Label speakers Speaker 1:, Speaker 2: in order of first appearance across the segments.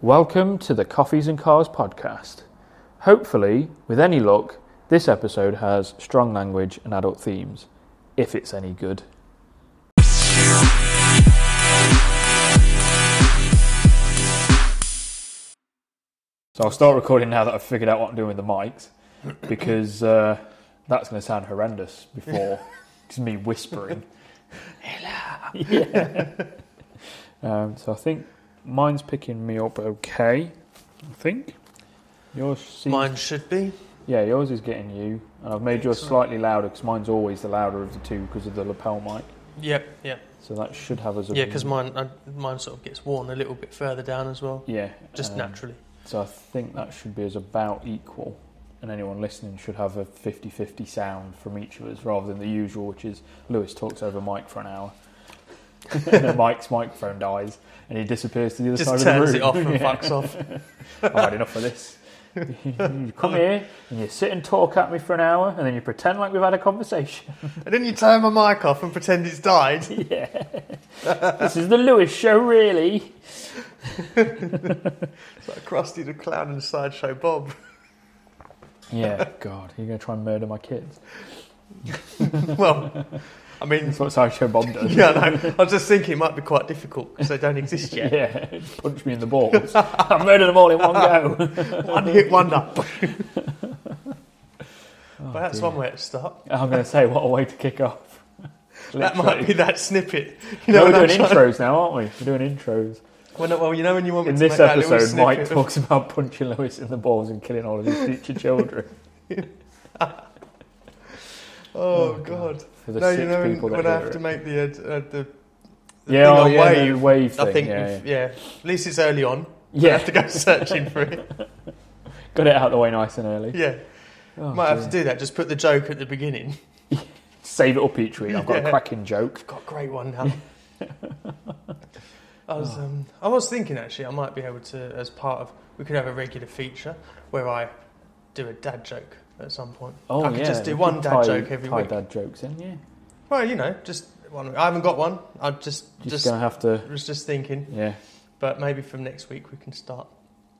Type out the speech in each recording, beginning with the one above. Speaker 1: Welcome to the Coffees and Cars podcast. Hopefully, with any luck, this episode has strong language and adult themes, if it's any good. So I'll start recording now that I've figured out what I'm doing with the mics, because uh, that's going to sound horrendous before it's me whispering. Hello. um, so I think mine's picking me up okay. I think yours. Seems,
Speaker 2: Mine should be.
Speaker 1: Yeah, yours is getting you, and I've made yours slightly louder because mine's always the louder of the two because of the lapel mic.
Speaker 2: Yep, yep.
Speaker 1: So that should have us. up
Speaker 2: Yeah,
Speaker 1: in-
Speaker 2: because mine, uh, mine sort of gets worn a little bit further down as well,
Speaker 1: Yeah,
Speaker 2: just
Speaker 1: um,
Speaker 2: naturally.
Speaker 1: So I think that should be as about equal, and anyone listening should have a 50-50 sound from each of us, rather than the usual, which is Lewis talks over Mike for an hour, and then Mike's microphone dies, and he disappears to the other
Speaker 2: Just
Speaker 1: side of the
Speaker 2: turns
Speaker 1: room.
Speaker 2: it off and
Speaker 1: Yeah.
Speaker 2: fucks off.
Speaker 1: I've had enough of this. you come here and you sit and talk at me for an hour, and then you pretend like we've had a conversation.
Speaker 2: And then you turn my mic off and pretend it's died.
Speaker 1: yeah, this is the Lewis show, really.
Speaker 2: It's like Krusty the Clown and Sideshow Bob.
Speaker 1: Yeah, God, you're gonna try and murder my kids.
Speaker 2: well, I mean,
Speaker 1: That's what Sideshow Bob does.
Speaker 2: yeah, no, I was just thinking it might be quite difficult because they don't exist yet.
Speaker 1: Yeah, punch me in the balls. I murdered them all in one go.
Speaker 2: One hit wonder.
Speaker 1: Oh,
Speaker 2: but that's
Speaker 1: dear.
Speaker 2: one way to start.
Speaker 1: I'm going to say, what a way to kick off.
Speaker 2: That
Speaker 1: Literally.
Speaker 2: might be that snippet. You
Speaker 1: No,
Speaker 2: when
Speaker 1: we're
Speaker 2: I'm
Speaker 1: doing
Speaker 2: trying-
Speaker 1: intros now, aren't we? We're doing intros.
Speaker 2: When, well, you know when you want me
Speaker 1: In
Speaker 2: to
Speaker 1: this
Speaker 2: make that little
Speaker 1: episode, Mike
Speaker 2: snippet of-
Speaker 1: talks about punching Lewis in the balls and killing all of his future children.
Speaker 2: Oh,
Speaker 1: Oh,
Speaker 2: God.
Speaker 1: For the
Speaker 2: no,
Speaker 1: six
Speaker 2: you know
Speaker 1: people
Speaker 2: when,
Speaker 1: that
Speaker 2: when I
Speaker 1: hear
Speaker 2: have
Speaker 1: it.
Speaker 2: to make the, uh, uh, the, the
Speaker 1: yeah,
Speaker 2: thing
Speaker 1: oh,
Speaker 2: on
Speaker 1: yeah,
Speaker 2: wave,
Speaker 1: no, wave thing.
Speaker 2: I think
Speaker 1: yeah,
Speaker 2: you've- yeah. At least it's early on.
Speaker 1: yeah.
Speaker 2: You have to go searching for it.
Speaker 1: Got it out of the way nice and early.
Speaker 2: Yeah,
Speaker 1: Oh,
Speaker 2: might have
Speaker 1: dear.
Speaker 2: to do that. Just put the joke at the beginning.
Speaker 1: Save it up each week. I've got a
Speaker 2: Yeah.
Speaker 1: cracking joke.
Speaker 2: Got a great one now. I
Speaker 1: Oh.
Speaker 2: was, um, I was thinking actually, I might be able to, as part of, we could have a regular feature where I do a dad joke at some point.
Speaker 1: Oh,
Speaker 2: I could
Speaker 1: yeah.
Speaker 2: just do
Speaker 1: you
Speaker 2: one
Speaker 1: could
Speaker 2: dad
Speaker 1: tie-
Speaker 2: joke every
Speaker 1: tie
Speaker 2: week.
Speaker 1: dad jokes in, yeah.
Speaker 2: Well, you know, just one. I haven't got one. I just,
Speaker 1: Just,
Speaker 2: just,
Speaker 1: going to have to,
Speaker 2: was just thinking,
Speaker 1: yeah,
Speaker 2: but maybe from next week we can start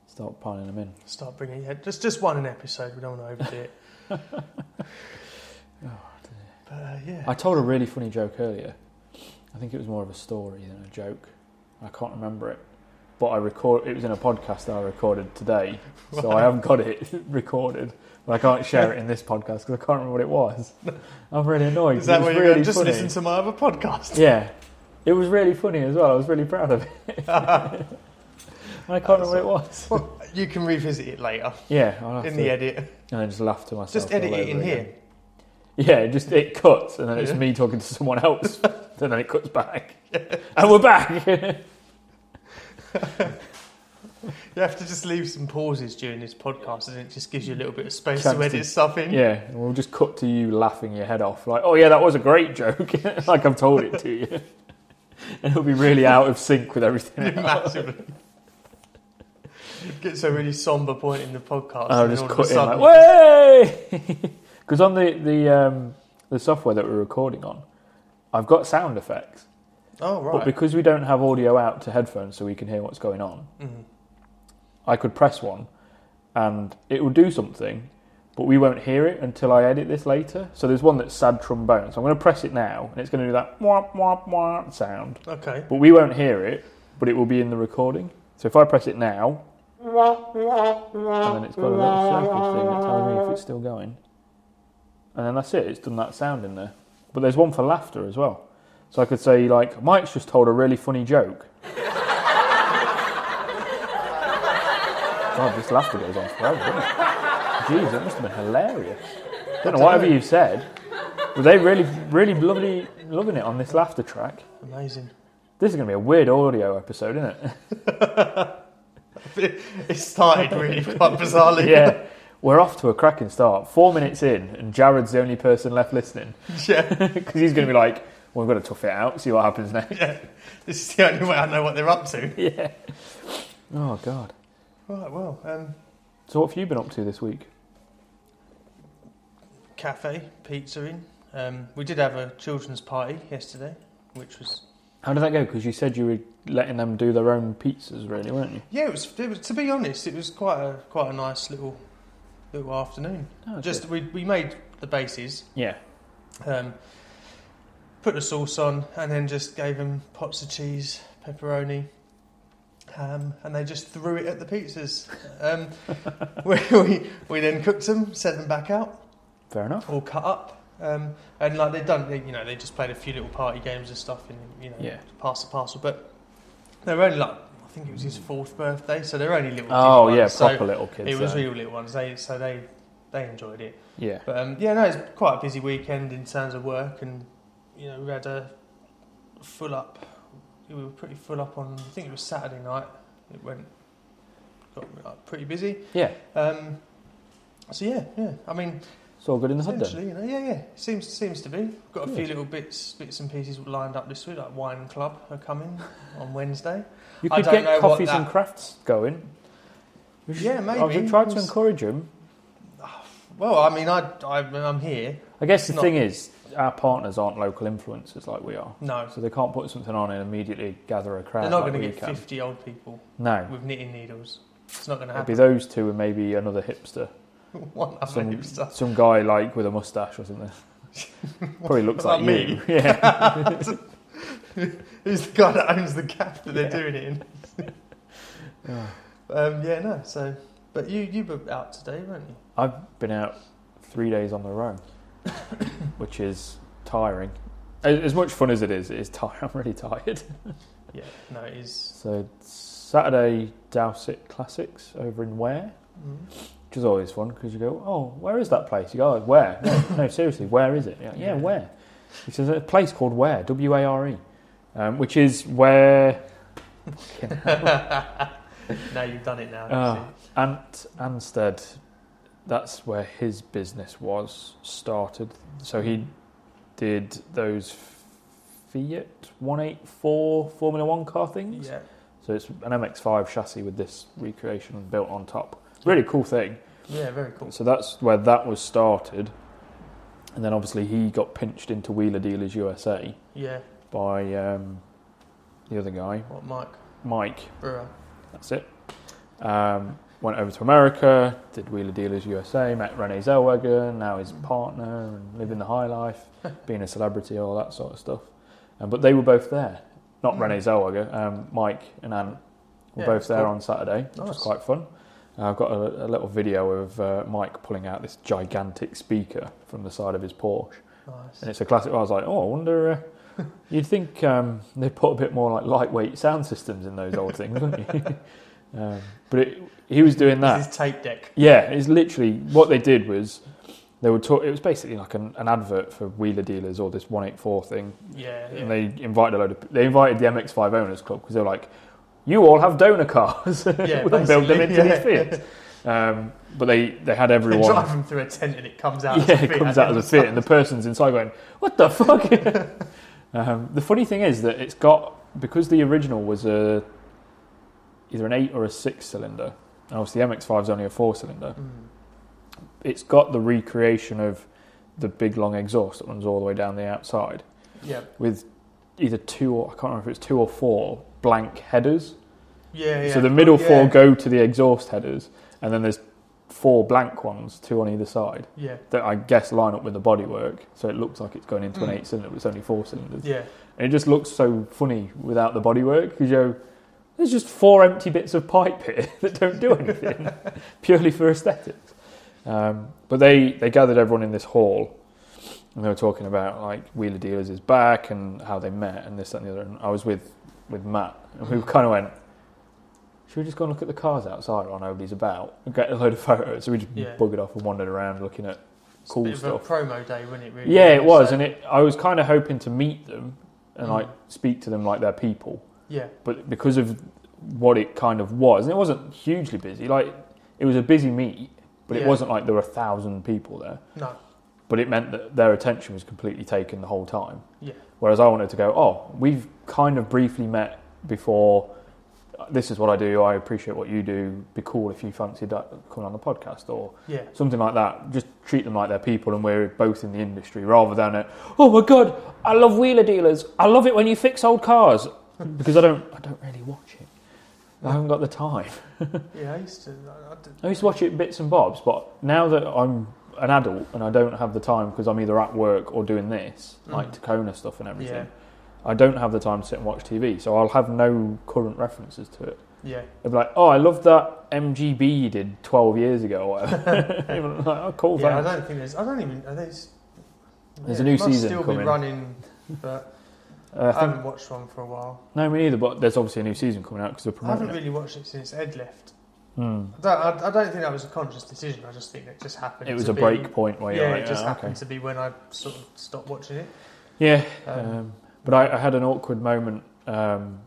Speaker 1: start piling them in.
Speaker 2: start bringing yeah, just just one an episode. We don't want to overdo it. But uh, yeah,
Speaker 1: I told a really funny joke earlier. I think it was more of a story than a joke. I can't remember it, but I record. It was in a podcast that I recorded today, so I haven't got it recorded. But I can't share it in this podcast because I can't remember what it was. I'm really annoyed.
Speaker 2: is that
Speaker 1: 'cause
Speaker 2: where
Speaker 1: it was
Speaker 2: you're
Speaker 1: really
Speaker 2: going? Just
Speaker 1: funny.
Speaker 2: listen to my other podcast.
Speaker 1: Yeah, it was really funny as well. I was really proud of it. And I can't remember what it was.
Speaker 2: Well, you can revisit it later
Speaker 1: Yeah, I'll have
Speaker 2: in
Speaker 1: to,
Speaker 2: the edit.
Speaker 1: and then just laugh to myself.
Speaker 2: Just edit
Speaker 1: all
Speaker 2: it in
Speaker 1: over
Speaker 2: here.
Speaker 1: again. Yeah, just it cuts, and then it's
Speaker 2: Yeah.
Speaker 1: me talking to someone else, and then it cuts back, and we're back.
Speaker 2: You have to just leave some pauses during this podcast, and it just gives you a little bit of space
Speaker 1: Chance
Speaker 2: to edit
Speaker 1: to-
Speaker 2: stuff in.
Speaker 1: Yeah, and we'll just cut to you laughing your head off, like, "Oh yeah, that was a great joke," like I've told it to you, and it'll be really out of sync with everything. else.
Speaker 2: Massively. It gets a really somber point in the podcast.
Speaker 1: And I'll
Speaker 2: and
Speaker 1: just
Speaker 2: all of
Speaker 1: cut
Speaker 2: a
Speaker 1: in
Speaker 2: sudden
Speaker 1: like, "Way!" Because on the the um, the software that we're recording on, I've got sound effects,
Speaker 2: Oh
Speaker 1: but
Speaker 2: right.
Speaker 1: because we don't have audio out to headphones, so we can hear what's going on,
Speaker 2: Mhm.
Speaker 1: I could press one, and it will do something. But we won't hear it until I edit this later. So there's one that's sad trombone. So I'm going to press it now, and it's going to do that wah wah wah sound.
Speaker 2: Okay.
Speaker 1: But we won't hear it, but it will be in the recording. So if I press it now, and then it's got a little circle thing that tells me if it's still going. And then that's it, it's done that sound in there. But there's one for laughter as well. So I could say, like, Mike's just told a really funny joke. God, this laughter goes on forever, doesn't it? Jeez, that must have been hilarious. Don't know, whatever you said. Were they really, really bloody loving it on this laughter track?
Speaker 2: Amazing.
Speaker 1: This is going to be a weird audio episode, isn't it?
Speaker 2: It started really quite bizarrely.
Speaker 1: yeah. We're off to a cracking start. Four minutes in, and Jared's the only person left listening.
Speaker 2: yeah.
Speaker 1: Because he's going to be like, well, we've got to tough it out, see what happens next.
Speaker 2: Yeah. This is the only way I know what they're up to.
Speaker 1: Yeah. Oh, God.
Speaker 2: Right. Well. Um,
Speaker 1: So, what have you been up to this week?
Speaker 2: cafe pizza in. Um, we did have a children's party yesterday, which was
Speaker 1: How did that go? Because you said you were letting them do their own pizzas, really, weren't you?
Speaker 2: Yeah, it was, it was. To be honest, it was quite a quite a nice little little afternoon.
Speaker 1: Oh,
Speaker 2: Just
Speaker 1: good.
Speaker 2: we we made the bases,
Speaker 1: yeah.
Speaker 2: um, put the sauce on, and then just gave them pots of cheese, pepperoni, ham, and they just threw it at the pizzas. Um, we, we we then cooked them, sent them back out,
Speaker 1: Fair enough.
Speaker 2: all cut up. Um, and like they'd done, they, you know, they just played a few little party games and stuff, and you know,
Speaker 1: Yeah.
Speaker 2: pass the parcel. But they were only like, I think it was his fourth birthday, so they're only little.
Speaker 1: Oh
Speaker 2: kid
Speaker 1: yeah,
Speaker 2: ones, so
Speaker 1: proper little kids.
Speaker 2: It was
Speaker 1: then.
Speaker 2: real little ones. They so they they enjoyed it.
Speaker 1: yeah.
Speaker 2: But um, yeah, no, it's quite a busy weekend in terms of work, and you know, we had a full up. We were pretty full up on. I think it was Saturday night. It went got like, pretty busy.
Speaker 1: Yeah.
Speaker 2: Um, so yeah, yeah. I mean,
Speaker 1: It's all good in the hood then.
Speaker 2: Essentially, you know, yeah, yeah. Seems seems to be. Got a few
Speaker 1: Good.
Speaker 2: little bits bits and pieces lined up this week, like Wine Club are coming on Wednesday.
Speaker 1: You
Speaker 2: I
Speaker 1: could
Speaker 2: don't know
Speaker 1: get
Speaker 2: what
Speaker 1: coffees and
Speaker 2: that-
Speaker 1: crafts going. We should-
Speaker 2: Yeah,
Speaker 1: I
Speaker 2: maybe.
Speaker 1: would try to encourage them.
Speaker 2: Well, I mean, I, I I'm here.
Speaker 1: I guess the
Speaker 2: Not-
Speaker 1: thing is, our partners aren't local influencers like we are,
Speaker 2: No,
Speaker 1: so they can't put something on and immediately gather a crowd.
Speaker 2: they're not
Speaker 1: like
Speaker 2: going
Speaker 1: we
Speaker 2: to get
Speaker 1: can.
Speaker 2: fifty old people
Speaker 1: No,
Speaker 2: with knitting needles. It's not going to
Speaker 1: it'd be
Speaker 2: happen.
Speaker 1: those two and maybe another hipster,
Speaker 2: One other
Speaker 1: some
Speaker 2: hipster.
Speaker 1: some guy like with a mustache or something. Probably looks
Speaker 2: Like
Speaker 1: like,
Speaker 2: me?
Speaker 1: you. Yeah,
Speaker 2: Who's the guy that owns the cafe that
Speaker 1: Yeah.
Speaker 2: they're doing it in? Um, yeah, no. So, but you you were out today, weren't you?
Speaker 1: I've been out three days on the road, which is tiring. As as much fun as it is, it is tiring. I'm really tired.
Speaker 2: Yeah. No, it is.
Speaker 1: So Saturday Dowsett Classics over in Ware,
Speaker 2: Mm.
Speaker 1: which is always fun because you go, oh, where is that place? You go, oh, where? No, no, seriously, where is it? You're like, yeah,
Speaker 2: Yeah.
Speaker 1: where? He says a place called Ware, W A R E, um, which is where
Speaker 2: now you've done it. Now.
Speaker 1: Ah.
Speaker 2: you
Speaker 1: Ant Anstead. That's where his business was started. So he did those Fiat 184 Formula One car
Speaker 2: see.
Speaker 1: things.
Speaker 2: Yeah.
Speaker 1: So it's an MX5 chassis with this recreation built on top. Really cool thing.
Speaker 2: Yeah. Very cool.
Speaker 1: So that's where that was started. And then obviously he got pinched into Wheeler Dealers USA
Speaker 2: Yeah.
Speaker 1: by um, the other guy,
Speaker 2: What, Mike
Speaker 1: Mike.
Speaker 2: Brewer?
Speaker 1: That's it. Um, went over to America, did Wheeler Dealers USA, met Renee Zellweger, now
Speaker 2: Mm.
Speaker 1: his partner, and living the high life, being a celebrity, all that sort of stuff. Um, but they were both there. Not
Speaker 2: Hmm.
Speaker 1: Renee Zellweger, um, Mike and Ant were
Speaker 2: Yeah,
Speaker 1: both there
Speaker 2: cool.
Speaker 1: on Saturday, which was
Speaker 2: Nice.
Speaker 1: quite fun. Uh, I've got a, a little video of uh, Mike pulling out this gigantic speaker from the side of his Porsche. And
Speaker 2: Nice.
Speaker 1: it's a classic. I was like, oh, I wonder. Uh, you'd think um, they put a bit more like lightweight sound systems in those old things, wouldn't you? um, but it, he was doing
Speaker 2: This
Speaker 1: that.
Speaker 2: is tape deck.
Speaker 1: Yeah, it's literally what they did was they were talk. It was basically like an, an advert for Wheeler Dealers or this one eight four thing,
Speaker 2: Yeah. yeah.
Speaker 1: and they invited a load of. They invited the MX five owners club because they were like, you all have donor cars.
Speaker 2: Yeah,
Speaker 1: we'll build them
Speaker 2: basically,
Speaker 1: into
Speaker 2: yeah.
Speaker 1: these Fiat. Um, but they they had
Speaker 2: They
Speaker 1: everyone
Speaker 2: drive them through a tent and it comes out. as
Speaker 1: yeah,
Speaker 2: a
Speaker 1: it
Speaker 2: fit
Speaker 1: comes
Speaker 2: at
Speaker 1: out
Speaker 2: the
Speaker 1: as a fit, and the person's inside going, "What the fuck?" um, the funny thing is that it's got because the original was a either an eight or a six cylinder, and obviously the MX5 is only a four cylinder.
Speaker 2: end. Mm.
Speaker 1: It's got the recreation of the big long exhaust that runs all the way down the outside
Speaker 2: Yeah.
Speaker 1: with either two or I can't remember if it's two or four blank headers.
Speaker 2: Yeah. Yeah.
Speaker 1: So the middle
Speaker 2: yeah.
Speaker 1: four go to the exhaust headers, and then there's four blank ones, two on either side
Speaker 2: Yeah.
Speaker 1: that I guess line up with the bodywork, so it looks like it's going into an
Speaker 2: Mm.
Speaker 1: eight cylinder, but it's only four cylinders.
Speaker 2: Yeah.
Speaker 1: And it just looks so funny without the bodywork because you know, there's just four empty bits of pipe here that don't do anything, purely for aesthetics. Um, but they, they gathered everyone in this hall and they were talking about like Wheeler Dealers is back and how they met and this that, and the other. And I was with, with Matt and we kind of went, should we just go and look at the cars outside while nobody's about and get a load of photos? So we just
Speaker 2: Yeah.
Speaker 1: buggered off and wandered around looking at
Speaker 2: It's
Speaker 1: Cool
Speaker 2: a bit
Speaker 1: stuff.
Speaker 2: Of a promo day, wasn't it? Really.
Speaker 1: yeah, it was,
Speaker 2: So-
Speaker 1: and it. I was kind of hoping to meet them and
Speaker 2: Mm.
Speaker 1: like speak to them like they're people,
Speaker 2: yeah.
Speaker 1: but because of what it kind of was, and it wasn't hugely busy. Like it was a busy meet, but it
Speaker 2: Yeah.
Speaker 1: wasn't like there were a thousand people there.
Speaker 2: No.
Speaker 1: But it meant that their attention was completely taken the whole time.
Speaker 2: Yeah.
Speaker 1: Whereas I wanted to go, oh, we've kind of briefly met before this is what I do. I appreciate what you do. Be cool if you fancy that coming on the podcast or
Speaker 2: Yeah.
Speaker 1: something like that. Just treat them like they're people, and we're both in the industry rather than a, oh my god, I love wheeler dealers. I love it when you fix old cars because I don't, I don't really watch it. I haven't got the time.
Speaker 2: Yeah, I used to. I, I did-
Speaker 1: I used to watch it bits and bobs, but now that I'm an adult and I don't have the time because I'm either at work or doing this, like Tacona stuff and everything,
Speaker 2: Mm. Yeah.
Speaker 1: I don't have the time to sit and watch TV. So I'll have no current references to it.
Speaker 2: Yeah.
Speaker 1: They'll be like, oh, I love that MGB you did 12 years ago or whatever. I'm like, oh, cool,
Speaker 2: yeah, I
Speaker 1: thanks.
Speaker 2: don't think there's. I don't even. Are these,
Speaker 1: There's
Speaker 2: yeah,
Speaker 1: a new
Speaker 2: it must
Speaker 1: season
Speaker 2: still be
Speaker 1: coming.
Speaker 2: running, but
Speaker 1: Uh, I
Speaker 2: I
Speaker 1: think-
Speaker 2: haven't watched one for a while.
Speaker 1: no, me neither, but there's obviously a new season coming out because they're
Speaker 2: I haven't
Speaker 1: promoting it.
Speaker 2: really watched it since Ed left.
Speaker 1: Hmm.
Speaker 2: I don't, I, I don't think that was a conscious decision. I just think it just happened.
Speaker 1: It was
Speaker 2: to
Speaker 1: a
Speaker 2: be,
Speaker 1: break point where
Speaker 2: yeah,
Speaker 1: you're like,
Speaker 2: it just
Speaker 1: "Oh,
Speaker 2: happened
Speaker 1: okay."
Speaker 2: to be when I sort of stopped watching it.
Speaker 1: Yeah,
Speaker 2: Um,
Speaker 1: Um, but I, I had an awkward moment. Um,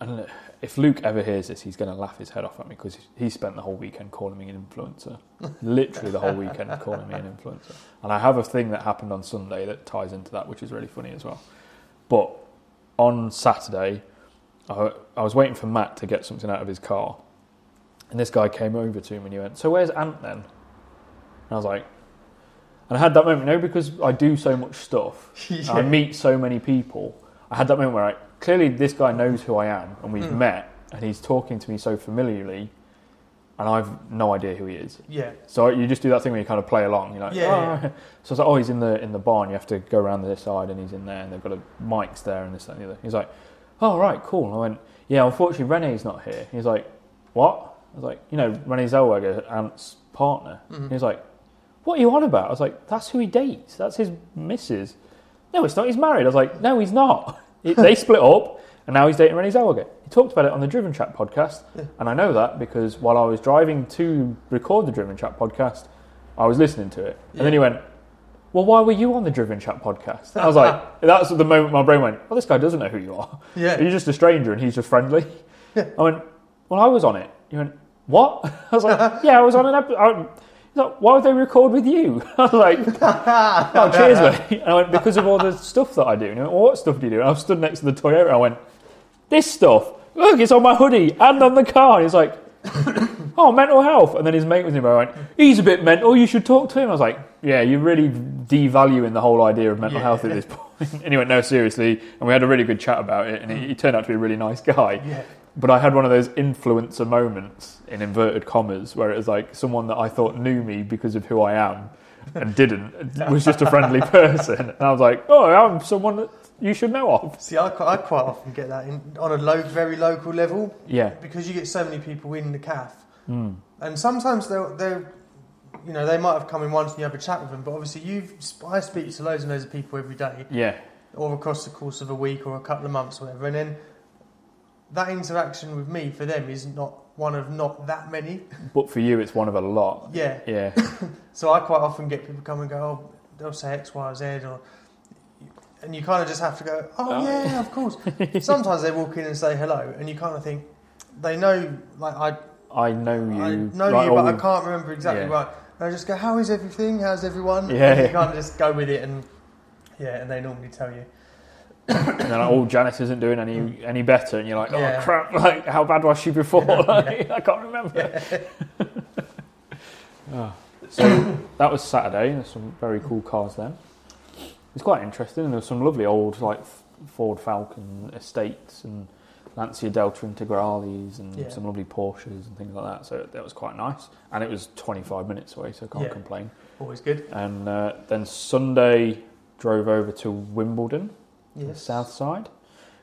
Speaker 1: and l- if Luke ever hears this, he's going to laugh his head off at me because he spent the whole weekend calling me an influencer. Literally the whole weekend calling me an influencer. And I have a thing that happened on Sunday that ties into that, which is really funny as well. But on Saturday, I, I was waiting for Matt to get something out of his car. And this guy came over to me and he went, So where's Ant then? And I was like, and I had that moment, you know, because I do so much stuff.
Speaker 2: yeah.
Speaker 1: I meet so many people. I had that moment where I, clearly this guy knows who I am and we've
Speaker 2: Mm.
Speaker 1: met and he's talking to me so familiarly and I've no idea who he is.
Speaker 2: yeah.
Speaker 1: So you just do that thing where you kind of play along. You're like,
Speaker 2: Yeah,
Speaker 1: "Oh."
Speaker 2: yeah.
Speaker 1: So I was like, oh, he's in the in the barn. You have to go around this side, and he's in there, and they've got a mics there, and this that, and the other. He's like, oh, right, cool. And I went, yeah. Unfortunately, Renee's not here. He's like, what? I was like, you know, Renee Zellweger, Ant's partner.
Speaker 2: Mhm.
Speaker 1: He was like, what are you on about? I was like, that's who he dates. That's his missus. No, it's not. He's married. I was like, no, he's not. It- they split up, and now he's dating Renee Zellweger. He talked about it on the Driven Chat podcast, and I know that because while I was driving to record the Driven Chat podcast, I was listening to it. And then he
Speaker 2: Yeah.
Speaker 1: went, well, why were you on the Driven Chat podcast? And I was like, that's the moment my brain went, well, this guy doesn't know who you are.
Speaker 2: Yeah.
Speaker 1: You're just a stranger and he's just friendly. I went, well, I was on it. You went, what? I was like, yeah, I was on an episode. He's like, why would they record with you? I was like, oh, cheers, mate. And I went, because of all the stuff that I do. And he went, well, what stuff do you do? And I stood next to the Toyota. I went, this stuff. Look, it's on my hoodie and on the car. And he's like, oh, mental health. And then his mate was in there. I went, he's a bit mental. You should talk to him. I was like, yeah, you're really devaluing the whole idea of mental
Speaker 2: Yeah.
Speaker 1: health at this point. And he went, no, seriously. And we had a really good chat about it. And he, he turned out to be a really nice guy.
Speaker 2: Yeah.
Speaker 1: But I had one of those influencer moments in inverted commas where it was like someone that I thought knew me because of who I am and didn't was just a friendly person. And I was like, oh, I'm someone that you should know of.
Speaker 2: See, I, qui- I quite often get that in, on a low, very local level
Speaker 1: Yeah.
Speaker 2: because you get so many people in the calf,
Speaker 1: Mm.
Speaker 2: and sometimes they'll they, you know, they might have come in once and you have a chat with them, but obviously you've I speak to loads and loads of people every day,
Speaker 1: Yeah.
Speaker 2: or across the course of a week or a couple of months, or whatever, and then that interaction with me for them is not one of not that many.
Speaker 1: But for you, it's one of a lot.
Speaker 2: Yeah,
Speaker 1: Yeah.
Speaker 2: so I quite often get people come and go, oh, they'll say X, Y, or Z, or and you kind of just have to go, oh,
Speaker 1: Oh.
Speaker 2: yeah, of course. Sometimes they walk in and say hello, and you kind of think they know, like I,
Speaker 1: I know you.
Speaker 2: I know
Speaker 1: like,
Speaker 2: you, but I
Speaker 1: all-
Speaker 2: can't remember exactly
Speaker 1: Yeah.
Speaker 2: right. And I just go, how is everything? How's everyone?
Speaker 1: Yeah,
Speaker 2: And you
Speaker 1: yeah.
Speaker 2: kind of just go with it, and yeah, and they normally tell you,
Speaker 1: And then like, oh, Janice isn't doing any any better, and you're like, oh
Speaker 2: Mm. Yeah.
Speaker 1: crap! Like, how bad was she before?
Speaker 2: Yeah.
Speaker 1: Like, I can't remember. Ah. So that was Saturday. There's some very cool cars then. It's quite interesting, and there's some lovely old like F- Ford Falcon estates and Lancia Delta Integrales and
Speaker 2: Yeah.
Speaker 1: some lovely Porsches and things like that. So that was quite nice, and it was 25 minutes away, so I can't
Speaker 2: Yeah.
Speaker 1: complain.
Speaker 2: always good.
Speaker 1: And uh, then Sunday drove over to Wimbledon the
Speaker 2: Yes.
Speaker 1: south side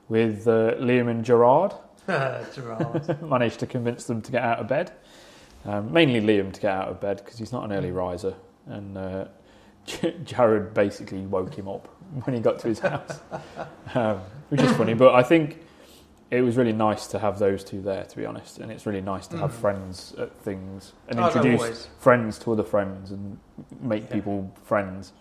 Speaker 1: with uh, Liam and Gerard.
Speaker 2: Gerard.
Speaker 1: Managed to convince them to get out of bed, um, mainly Liam to get out of bed because he's not an early riser. And uh, Jared basically woke him up when he got to his house, um, which is funny. But I think it was really nice to have those two there, to be honest. And it's really nice to have
Speaker 2: Mm.
Speaker 1: friends at things and
Speaker 2: Oh, no,
Speaker 1: introduce
Speaker 2: always.
Speaker 1: friends to other friends and make
Speaker 2: Yeah.
Speaker 1: people friends.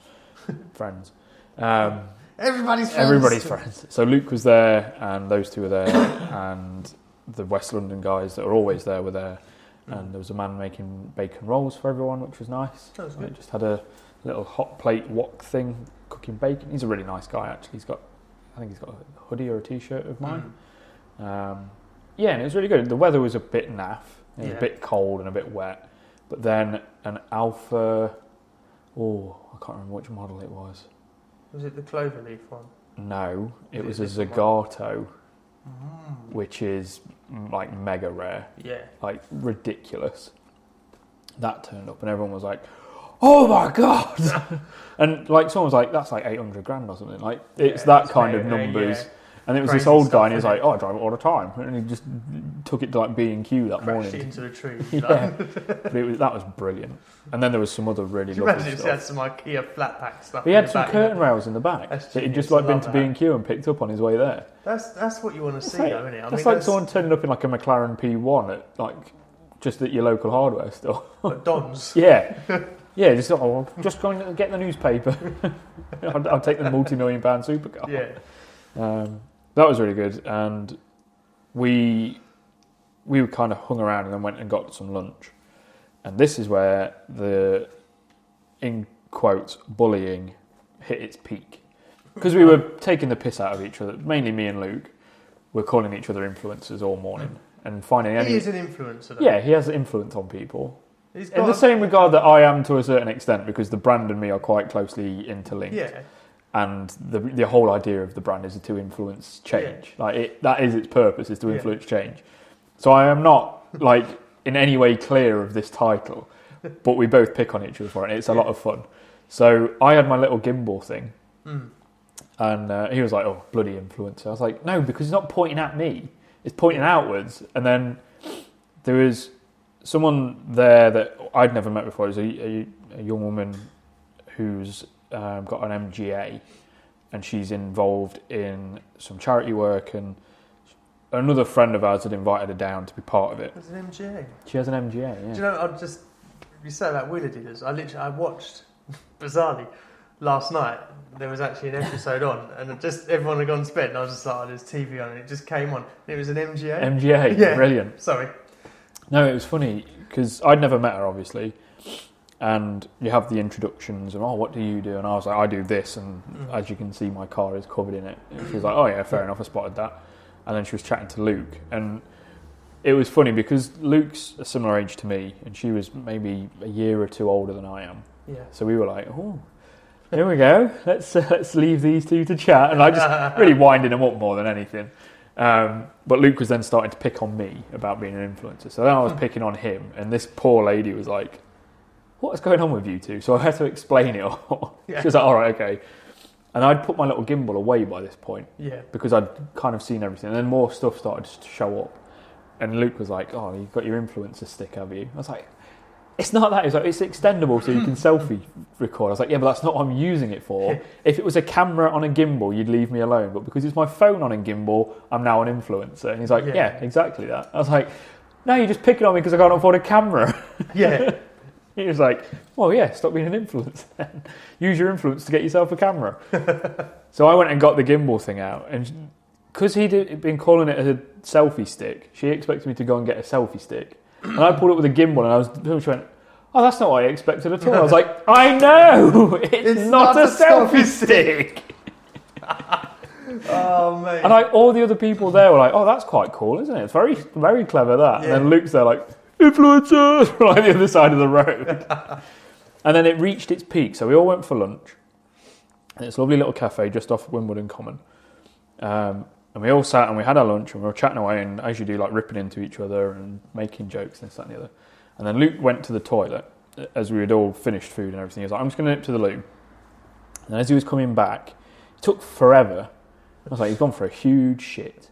Speaker 1: friends. Um,
Speaker 2: Everybody's friends.
Speaker 1: Everybody's friends. So Luke was there, and those two were there, and the West London guys that are always there were there,
Speaker 2: Mm.
Speaker 1: and there was a man making bacon rolls for everyone, which was nice.
Speaker 2: That was
Speaker 1: And
Speaker 2: good.
Speaker 1: it just had a little hot plate wok thing cooking bacon. He's a really nice guy, actually. He's got, I think he's got a hoodie or a t-shirt of mine. Um, Yeah, and it was really good. The weather was a bit naff. It was
Speaker 2: Yeah.
Speaker 1: a bit cold and a bit wet. But then an Alpha. Oh, I can't remember which model it was.
Speaker 2: Was it the clover leaf one?
Speaker 1: No, it
Speaker 2: Was
Speaker 1: was
Speaker 2: it
Speaker 1: a
Speaker 2: a different
Speaker 1: Zagato,
Speaker 2: Mm.
Speaker 1: which is mm, like mega rare,
Speaker 2: Yeah.
Speaker 1: like ridiculous. That turned up, and everyone was like, "Oh my god!" and like someone was like, "That's like eight hundred grand or something." Like it's
Speaker 2: Yeah,
Speaker 1: that
Speaker 2: it's
Speaker 1: kind
Speaker 2: very
Speaker 1: of
Speaker 2: rare,
Speaker 1: numbers.
Speaker 2: yeah.
Speaker 1: And it was this
Speaker 2: Crazy
Speaker 1: old
Speaker 2: stuff,
Speaker 1: guy, and he was
Speaker 2: isn't
Speaker 1: like, "Oh, I drive it all the time," and he just took it to like B and Q that
Speaker 2: Crashed
Speaker 1: morning.
Speaker 2: into a tree.
Speaker 1: Yeah, but it was, that was brilliant. And then there was some other really
Speaker 2: Could you
Speaker 1: lovely
Speaker 2: imagine if he had
Speaker 1: stuff.
Speaker 2: some IKEA flat pack stuff?
Speaker 1: He
Speaker 2: in
Speaker 1: had
Speaker 2: the
Speaker 1: some
Speaker 2: back, you know?
Speaker 1: curtain rails in the back
Speaker 2: That's
Speaker 1: that he'd
Speaker 2: genius,
Speaker 1: just like
Speaker 2: I
Speaker 1: been
Speaker 2: love
Speaker 1: to
Speaker 2: that.
Speaker 1: B and Q and picked up on his way there.
Speaker 2: That's that's what you want to see,
Speaker 1: like-
Speaker 2: though, isn't it? I
Speaker 1: That's
Speaker 2: mean,
Speaker 1: like someone turning up in like a McLaren P1 at like just at your local hardware store.
Speaker 2: at Don's.
Speaker 1: Yeah, yeah. Just oh, I'm just going to get the newspaper. I'll, I'll take the multi-million pound supercar.
Speaker 2: Yeah.
Speaker 1: Um, that was really good, and we we were kind of hung around and then went and got some lunch, and this is where the in quotes bullying hit its peak because we were taking the piss out of each other, mainly me and Luke. We're calling each other influencers all morning and finding
Speaker 2: He
Speaker 1: any.
Speaker 2: is an influencer, though.
Speaker 1: Yeah, he has influence on people.
Speaker 2: He's got
Speaker 1: In
Speaker 2: a-
Speaker 1: the same regard that I am to a certain extent, because the brand and me are quite closely interlinked
Speaker 2: Yeah.
Speaker 1: and the the whole idea of the brand is to influence change. Like it, that is its purpose is to
Speaker 2: Yeah.
Speaker 1: influence change. So I am not like in any way clear of this title, but we both pick on each other for it. It's a lot of fun. So I had my little gimbal thing,
Speaker 2: Mm.
Speaker 1: and uh, he was like, "Oh, bloody influencer!" I was like, "No, because it's not pointing at me; it's pointing outwards." And then there was someone there that I'd never met before. It was a, a, a young woman who's um, got an MGA, and she's involved in some charity work. And another friend of ours had invited her down to be part of it.
Speaker 2: It's an MGA.
Speaker 1: She has an MGA.
Speaker 2: Do
Speaker 1: Yeah.
Speaker 2: you know, I just, you say about wheeler dealers, I literally, I watched, bizarrely, last night, there was actually an episode on, and it just everyone had gone to bed, and I was just like, oh, there's TV on, and it just came on, and it was an MGA.
Speaker 1: MGA.
Speaker 2: Yeah.
Speaker 1: Brilliant.
Speaker 2: Sorry.
Speaker 1: No, it was funny because I'd never met her, obviously. And you have the introductions and, oh, what do you do? And I was like, I do this. And
Speaker 2: Mm.
Speaker 1: as you can see, my car is covered in it. And she was like, oh, yeah, fair enough. I spotted that. And then she was chatting to Luke. And it was funny because Luke's a similar age to me. And she was maybe a year or two older than I am.
Speaker 2: Yeah.
Speaker 1: So we were like, oh, here we go. Let's uh, let's leave these two to chat. And I just really winding them up more than anything. Um, but Luke was then starting to pick on me about being an influencer. So then I was picking on him, and this poor lady was like, "What is going on with you two? So I had to explain it all.
Speaker 2: Yeah.
Speaker 1: she was like, "All right, okay." And I'd put my little gimbal away by this point
Speaker 2: Yeah.
Speaker 1: because I'd kind of seen everything. And then more stuff started to show up. And Luke was like, Oh, you've got your influencer stick, have you? I was like, It's not that. He's like, It's extendable so you can selfie record. I was like, Yeah, but that's not what I'm using it for. if it was a camera on a gimbal, you'd leave me alone. But because it's my phone on a gimbal, I'm now an influencer. And he's like,
Speaker 2: Yeah.
Speaker 1: Yeah, exactly that. I was like, No, you're just picking on me because I can't afford a camera.
Speaker 2: Yeah.
Speaker 1: he was like, Well, yeah, stop being an influencer then. Use your influence to get yourself a camera. So I went and got the gimbal thing out, and because he'd had been calling it a selfie stick, she expected me to go and get a selfie stick. And I pulled up with a gimbal, and I was she went, "Oh, that's not what I expected at all." I was like, "I know, it's,
Speaker 2: It's
Speaker 1: not,
Speaker 2: not
Speaker 1: a,
Speaker 2: a
Speaker 1: selfie
Speaker 2: selfie
Speaker 1: stick."
Speaker 2: oh, mate.
Speaker 1: And like all the other people there were like, "Oh, that's quite cool, isn't it? It's very, very clever that." And
Speaker 2: Yeah.
Speaker 1: then Luke's there like, "Influencers," from like the other side of the road. and then it reached its peak, so we all went for lunch at this lovely little cafe just off Wimbledon Common. Um, and we all sat and we had our lunch and we were chatting away and as you do, like ripping into each other and making jokes and this, that, and the other. And then Luke went to the toilet uh, as we had all finished food and everything. He was like, "I'm just going to nip to the loo." And as he was coming back, it took forever. I was like, "He's gone for a huge shit,"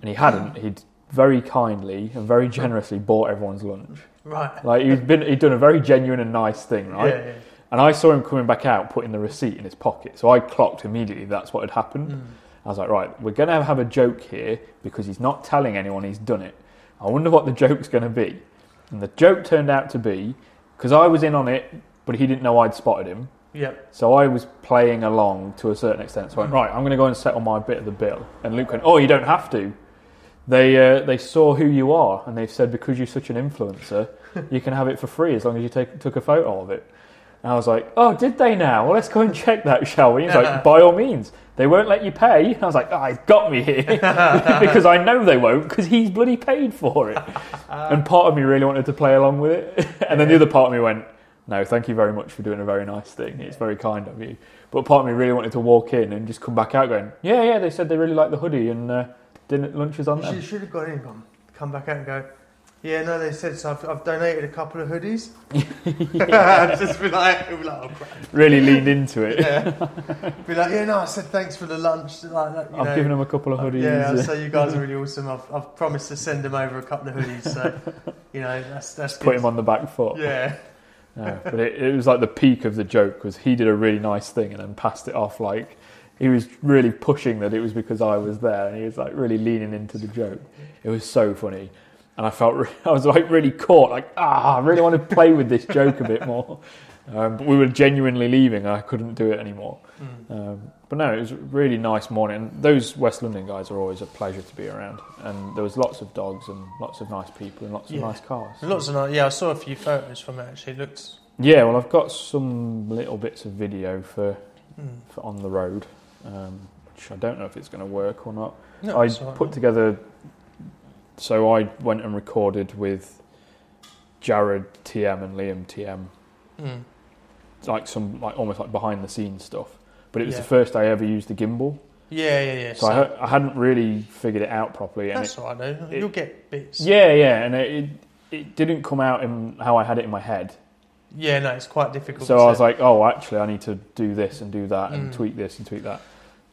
Speaker 1: and he hadn't. He'd very kindly and very generously bought everyone's lunch.
Speaker 2: Right.
Speaker 1: Like he'd been, he'd done a very genuine and nice thing, right?
Speaker 2: Yeah, yeah.
Speaker 1: And I saw him coming back out, putting the receipt in his pocket. So I clocked immediately that's what had happened.
Speaker 2: Mm.
Speaker 1: I was like, right, we're going to have a joke here because he's not telling anyone he's done it. I wonder what the joke's going to be. And the joke turned out to be because I was in on it, but he didn't know I'd spotted him.
Speaker 2: Yep.
Speaker 1: So I was playing along to a certain extent. So I went, right, I'm going to go and settle my bit of the bill. And Luke went, oh, you don't have to. They, uh, they saw who you are and they've said because you're such an influencer, you can have it for free as long as you take, took a photo of it. And I was like, oh, did they now? Well, let's go and check that, shall we? He's like, by all means. They won't let you pay. And I was like, oh, he's got me here. because I know they won't, because he's bloody paid for it. and part of me really wanted to play along with it. and then the other part of me went, no, thank you very much for doing a very nice thing. It's very kind of you. But part of me really wanted to walk in and just come back out going, yeah, yeah, they said they really liked the hoodie and uh, dinner, lunch was on
Speaker 2: You
Speaker 1: them.
Speaker 2: should, should have got in, and gone, come back out and go. Yeah, no, they said so. I've, I've donated a couple of hoodies. just be like, be like, oh crap.
Speaker 1: Really leaned into it.
Speaker 2: Yeah. be like, yeah, no, I said thanks for the lunch. Like that, you
Speaker 1: I've
Speaker 2: know.
Speaker 1: given them a couple of hoodies. uh,
Speaker 2: Yeah, so you guys are really awesome. I've, I've promised to send them over a couple of hoodies, so you know that's that's
Speaker 1: put
Speaker 2: good.
Speaker 1: him on the back foot.
Speaker 2: Yeah,
Speaker 1: No, but it, it was like the peak of the joke was he did a really nice thing and then passed it off like he was really pushing that it was because I was there and he was like really leaning into the joke. It was so funny. And I felt re- I was like really caught, like ah, I really want to play with this joke a bit more. Um, but we were genuinely leaving. I couldn't do it anymore.
Speaker 2: Hmm.
Speaker 1: Um, but no, it was a really nice morning. And those West London guys are always a pleasure to be around. And there was lots of dogs and lots of nice people and lots of
Speaker 2: Yeah.
Speaker 1: nice cars.
Speaker 2: lots of nice. Yeah, I saw a few photos from it. Actually, looked.
Speaker 1: Yeah, well, I've got some little bits of video for,
Speaker 2: Mm,
Speaker 1: for on the road, um, which I don't know if it's going to work or not.
Speaker 2: no,
Speaker 1: I
Speaker 2: it's all right.
Speaker 1: put together, so I went and recorded with Jared TM and Liam TM,
Speaker 2: Mm,
Speaker 1: like some like almost like behind the scenes stuff. But it was
Speaker 2: Yeah.
Speaker 1: the first I ever used a gimbal,
Speaker 2: Yeah, yeah, yeah.
Speaker 1: so I, ha- I hadn't really figured it out properly. And
Speaker 2: that's all right. Though.
Speaker 1: it-
Speaker 2: You'll get bits.
Speaker 1: it, yeah, yeah, and it, it it didn't come out in how I had it in my head.
Speaker 2: Yeah, no, it's quite difficult.
Speaker 1: So
Speaker 2: to-
Speaker 1: I was like, oh, actually, I need to do this and do that and
Speaker 2: Mm.
Speaker 1: tweak this and tweak that.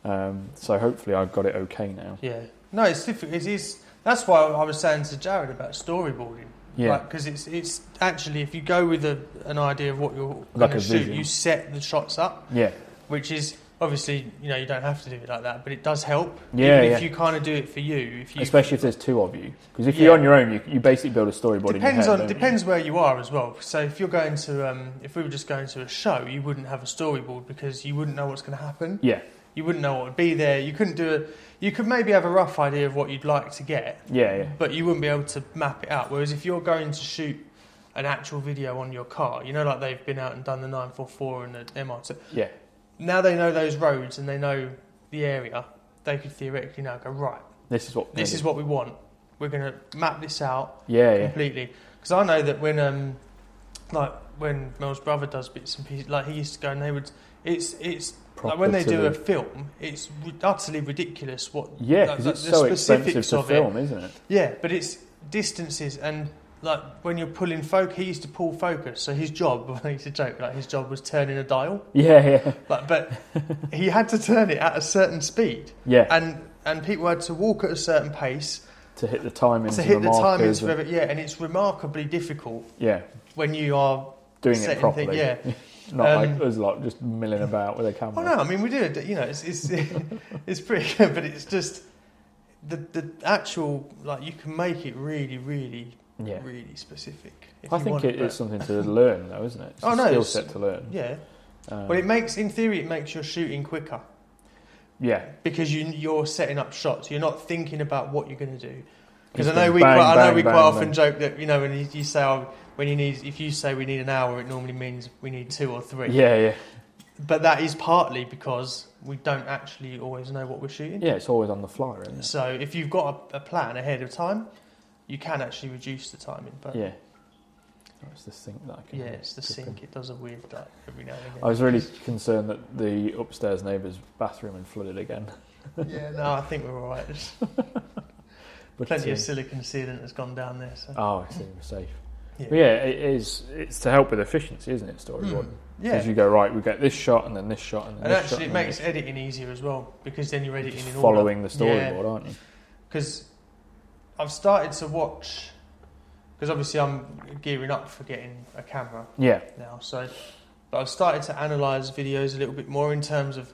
Speaker 1: Um, so hopefully, I've got it okay now.
Speaker 2: yeah, no, it's difficult. It is. That's why I was saying to Jared about storyboarding.
Speaker 1: Yeah,
Speaker 2: because it's it's actually if you go with a, an idea of what you're
Speaker 1: Like
Speaker 2: going to
Speaker 1: a
Speaker 2: shoot,
Speaker 1: vision.
Speaker 2: you set the shots up,
Speaker 1: yeah,
Speaker 2: which is obviously you know you don't have to do it like that, but it does help.
Speaker 1: Yeah,
Speaker 2: even
Speaker 1: yeah.
Speaker 2: if you kind of do it for you, if you
Speaker 1: especially if there's two of you, because if you're
Speaker 2: Yeah.
Speaker 1: on your own, you, you basically build a storyboard. in your
Speaker 2: depends
Speaker 1: head,
Speaker 2: on
Speaker 1: don't you?
Speaker 2: depends where you are as well. So if you're going to um, if we were just going to a show, you wouldn't have a storyboard because you wouldn't know what's going to happen.
Speaker 1: Yeah,
Speaker 2: You wouldn't know what would be there. You couldn't do it. You could maybe have a rough idea of what you'd like to get,
Speaker 1: yeah, yeah,
Speaker 2: but you wouldn't be able to map it out. Whereas if you're going to shoot an actual video on your car, you know, like they've been out and done the 944 and the MR2,
Speaker 1: yeah,
Speaker 2: now they know those roads and they know the area, they could theoretically now go, right,
Speaker 1: This is what.
Speaker 2: this is what we want. We're going to map this out
Speaker 1: Yeah, yeah,
Speaker 2: completely. Because I know that when, um, like, when Mel's brother does bits and pieces, like he used to go and they would, it's, it's, like when they
Speaker 1: Proper
Speaker 2: do
Speaker 1: to
Speaker 2: a
Speaker 1: the-
Speaker 2: film, it's ri- utterly ridiculous what
Speaker 1: yeah,
Speaker 2: like,
Speaker 1: because
Speaker 2: like
Speaker 1: it's
Speaker 2: the
Speaker 1: so expensive
Speaker 2: specifics
Speaker 1: to
Speaker 2: of it.
Speaker 1: film, is isn't it?
Speaker 2: Yeah, but it's distances and like when you're pulling focus, he used to pull focus. So his job, I used to joke, like his job was turning a dial.
Speaker 1: Yeah, yeah,
Speaker 2: Like, but he had to turn it at a certain speed,
Speaker 1: yeah,
Speaker 2: and and people had to walk at a certain pace
Speaker 1: to hit the timings,
Speaker 2: to hit
Speaker 1: and
Speaker 2: the,
Speaker 1: the, markers
Speaker 2: timings.
Speaker 1: and-
Speaker 2: For every, yeah, and it's remarkably difficult
Speaker 1: yeah,
Speaker 2: when you are.
Speaker 1: doing it
Speaker 2: Setting
Speaker 1: properly. Mm-hmm.
Speaker 2: thing- yeah.
Speaker 1: not
Speaker 2: Um,
Speaker 1: like us lot just milling about with a camera.
Speaker 2: Oh no, I mean we do it. You know, it's it's it's pretty good, but it's just the the actual like you can make it really, really,
Speaker 1: Yeah,
Speaker 2: really specific. If
Speaker 1: I
Speaker 2: you
Speaker 1: think
Speaker 2: want
Speaker 1: it,
Speaker 2: but-
Speaker 1: it's something to learn, though, isn't it? It's
Speaker 2: Oh,
Speaker 1: a
Speaker 2: no,
Speaker 1: skill
Speaker 2: it's-
Speaker 1: set to learn.
Speaker 2: Yeah.
Speaker 1: Um,
Speaker 2: Well, it makes, in theory, it makes your shooting quicker
Speaker 1: yeah,
Speaker 2: because you, you're setting up shots. You're not thinking about what you're going to do. Because I
Speaker 1: Just
Speaker 2: know
Speaker 1: going
Speaker 2: we,
Speaker 1: bang,
Speaker 2: quite, I know
Speaker 1: bang,
Speaker 2: we quite
Speaker 1: bang,
Speaker 2: often
Speaker 1: bang.
Speaker 2: joke that you know when you, you say oh, when you need, if you say we need an hour, it normally means we need two or three.
Speaker 1: yeah, yeah.
Speaker 2: But that is partly because we don't actually always know what we're shooting.
Speaker 1: Yeah, it's always on the fly, isn't it?
Speaker 2: So if you've got a, a plan ahead of time, you can actually reduce the timing. But yeah,
Speaker 1: yeah. That's the sink that I can.
Speaker 2: it's the
Speaker 1: dip in.
Speaker 2: sink. It does a weird like every now and again.
Speaker 1: I was really concerned that the upstairs neighbour's bathroom had flooded again.
Speaker 2: yeah, no, I think we're all right. There's
Speaker 1: But
Speaker 2: Plenty
Speaker 1: uh,
Speaker 2: of silicon sealant has gone down there. So.
Speaker 1: Oh, I see, we're safe.
Speaker 2: Yeah.
Speaker 1: But yeah, it is. It's to help with efficiency, isn't it? Storyboard.
Speaker 2: Mm,
Speaker 1: Because
Speaker 2: Yeah,
Speaker 1: you go right, we get this shot and then this shot and then
Speaker 2: and
Speaker 1: this
Speaker 2: actually,
Speaker 1: shot.
Speaker 2: it
Speaker 1: and then
Speaker 2: makes
Speaker 1: this-
Speaker 2: editing easier as well because then you're editing
Speaker 1: just
Speaker 2: in order.
Speaker 1: following the
Speaker 2: Yeah.
Speaker 1: storyboard, aren't you?
Speaker 2: Because I've started to watch. Because obviously, I'm gearing up for getting a camera
Speaker 1: Yeah,
Speaker 2: now. So, but I've started to analyze videos a little bit more in terms of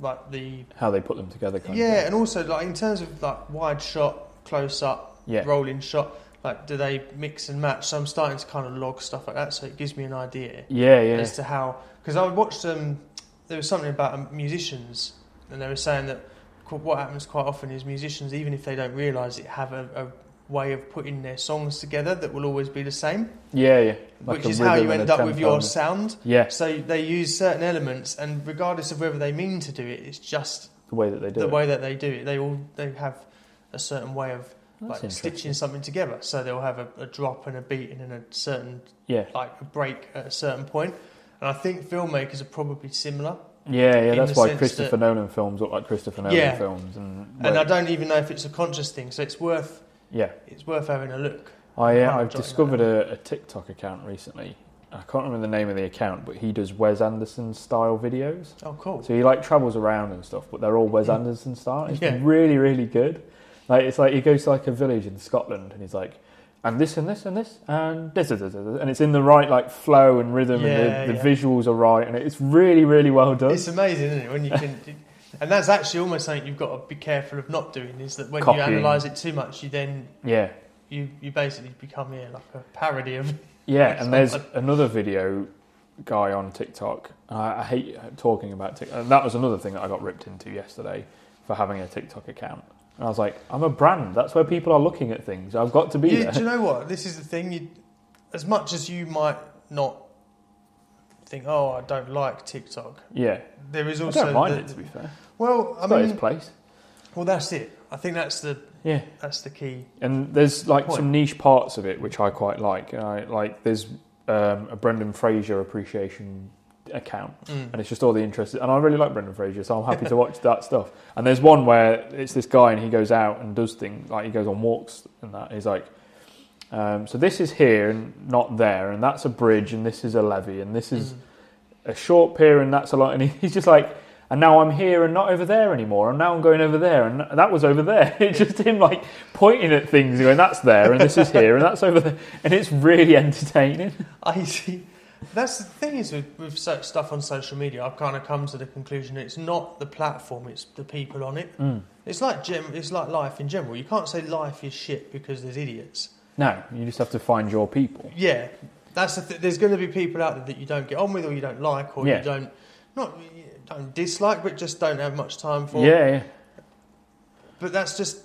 Speaker 2: like the
Speaker 1: how they put them together. Kind
Speaker 2: yeah,
Speaker 1: Of
Speaker 2: and also like in terms of like wide shot, close up,
Speaker 1: thing. yeah,
Speaker 2: rolling shot. Like, do they mix and match? So I'm starting to kind of log stuff like that, so it gives me an idea.
Speaker 1: yeah, yeah,
Speaker 2: as to how because I watched um there was something about um, musicians and they were saying that qu- what happens quite often is musicians even if they don't realise it have a, a way of putting their songs together that will always be the same,
Speaker 1: Yeah, yeah.
Speaker 2: which
Speaker 1: a
Speaker 2: is how
Speaker 1: rhythm
Speaker 2: you
Speaker 1: and
Speaker 2: end
Speaker 1: a
Speaker 2: up with your
Speaker 1: tempo.
Speaker 2: sound.
Speaker 1: Yeah,
Speaker 2: So they use certain elements, and regardless of whether they mean to do it, it's just
Speaker 1: the way that they do
Speaker 2: the
Speaker 1: it.
Speaker 2: way that they do it. They all they have a certain way of
Speaker 1: That's
Speaker 2: like stitching something together. So they'll have a, a drop and a beat and then a certain
Speaker 1: Yeah,
Speaker 2: like a break at a certain point. And I think filmmakers are probably similar.
Speaker 1: yeah, yeah.
Speaker 2: In
Speaker 1: That's
Speaker 2: the
Speaker 1: why
Speaker 2: sense
Speaker 1: Christopher
Speaker 2: that-
Speaker 1: Nolan films look like Christopher Nolan
Speaker 2: Yeah.
Speaker 1: films, and,
Speaker 2: And I
Speaker 1: well,
Speaker 2: don't even know if it's a conscious thing. So it's worth
Speaker 1: yeah,
Speaker 2: it's worth having a look.
Speaker 1: I
Speaker 2: Can't
Speaker 1: uh, I've
Speaker 2: jot it
Speaker 1: discovered a, a TikTok account recently. I can't remember the name of the account, but he does Wes Anderson style videos.
Speaker 2: Oh, cool.
Speaker 1: So he like travels around and stuff, but they're all Wes Anderson style. It's
Speaker 2: Yeah.
Speaker 1: really, really good. Like it's like he goes to like a village in Scotland and he's like, and this and this and this and this, this, this, this," and it's in the right like flow and rhythm
Speaker 2: Yeah,
Speaker 1: and the, the
Speaker 2: yeah.
Speaker 1: visuals are right and it's really, really well done.
Speaker 2: It's amazing, isn't it? When you can, and that's actually almost something you've got to be careful of not doing. Is that when you
Speaker 1: Copying.
Speaker 2: analyse it too much, you then
Speaker 1: yeah,
Speaker 2: you you basically become yeah like a parody of
Speaker 1: yeah. And there's another video guy on TikTok. And I, I hate talking about TikTok. And that was another thing that I got ripped into yesterday for having a TikTok account. And I was like, I'm a brand. That's where people are looking at things. I've got to be
Speaker 2: You,
Speaker 1: there.
Speaker 2: do you know what? This is the thing. You, as much as you might not think, oh, I don't like TikTok,
Speaker 1: yeah,
Speaker 2: there is
Speaker 1: I
Speaker 2: also
Speaker 1: don't mind
Speaker 2: the-
Speaker 1: it to be fair.
Speaker 2: well, I
Speaker 1: It's got
Speaker 2: mean,
Speaker 1: its place.
Speaker 2: well, that's it. I think that's the
Speaker 1: Yeah,
Speaker 2: that's the key.
Speaker 1: and there's like
Speaker 2: Point.
Speaker 1: some niche parts of it which I quite like. And I, like there's um, a Brendan Fraser appreciation account,
Speaker 2: Mm.
Speaker 1: and it's just all the interest. And I really like Brendan Fraser, so I'm happy to watch that stuff. And there's one where it's this guy and he goes out and does things like he goes on walks and that. He's like. Um, so this is here and not there, and that's a bridge, and this is a levee, and this is
Speaker 2: Mm.
Speaker 1: a short pier and that's a lot. And he's just like, and now I'm here and not over there anymore. And now I'm going over there and that was over there. It's just him like pointing at things and going, that's there and this is here and that's over there. And it's really entertaining.
Speaker 2: I see. That's the thing is with, with such stuff on social media. I've kind of come to the conclusion it's not the platform; it's the people on it.
Speaker 1: Mm.
Speaker 2: It's like gem, it's like life in general. You can't say life is shit because there's idiots.
Speaker 1: No, you just have to find your people.
Speaker 2: Yeah, that's the th- there's going to be people out there that you don't get on with, or you don't like, or
Speaker 1: Yeah.
Speaker 2: you don't not you don't dislike, but just don't have much time for.
Speaker 1: Yeah, yeah.
Speaker 2: But that's just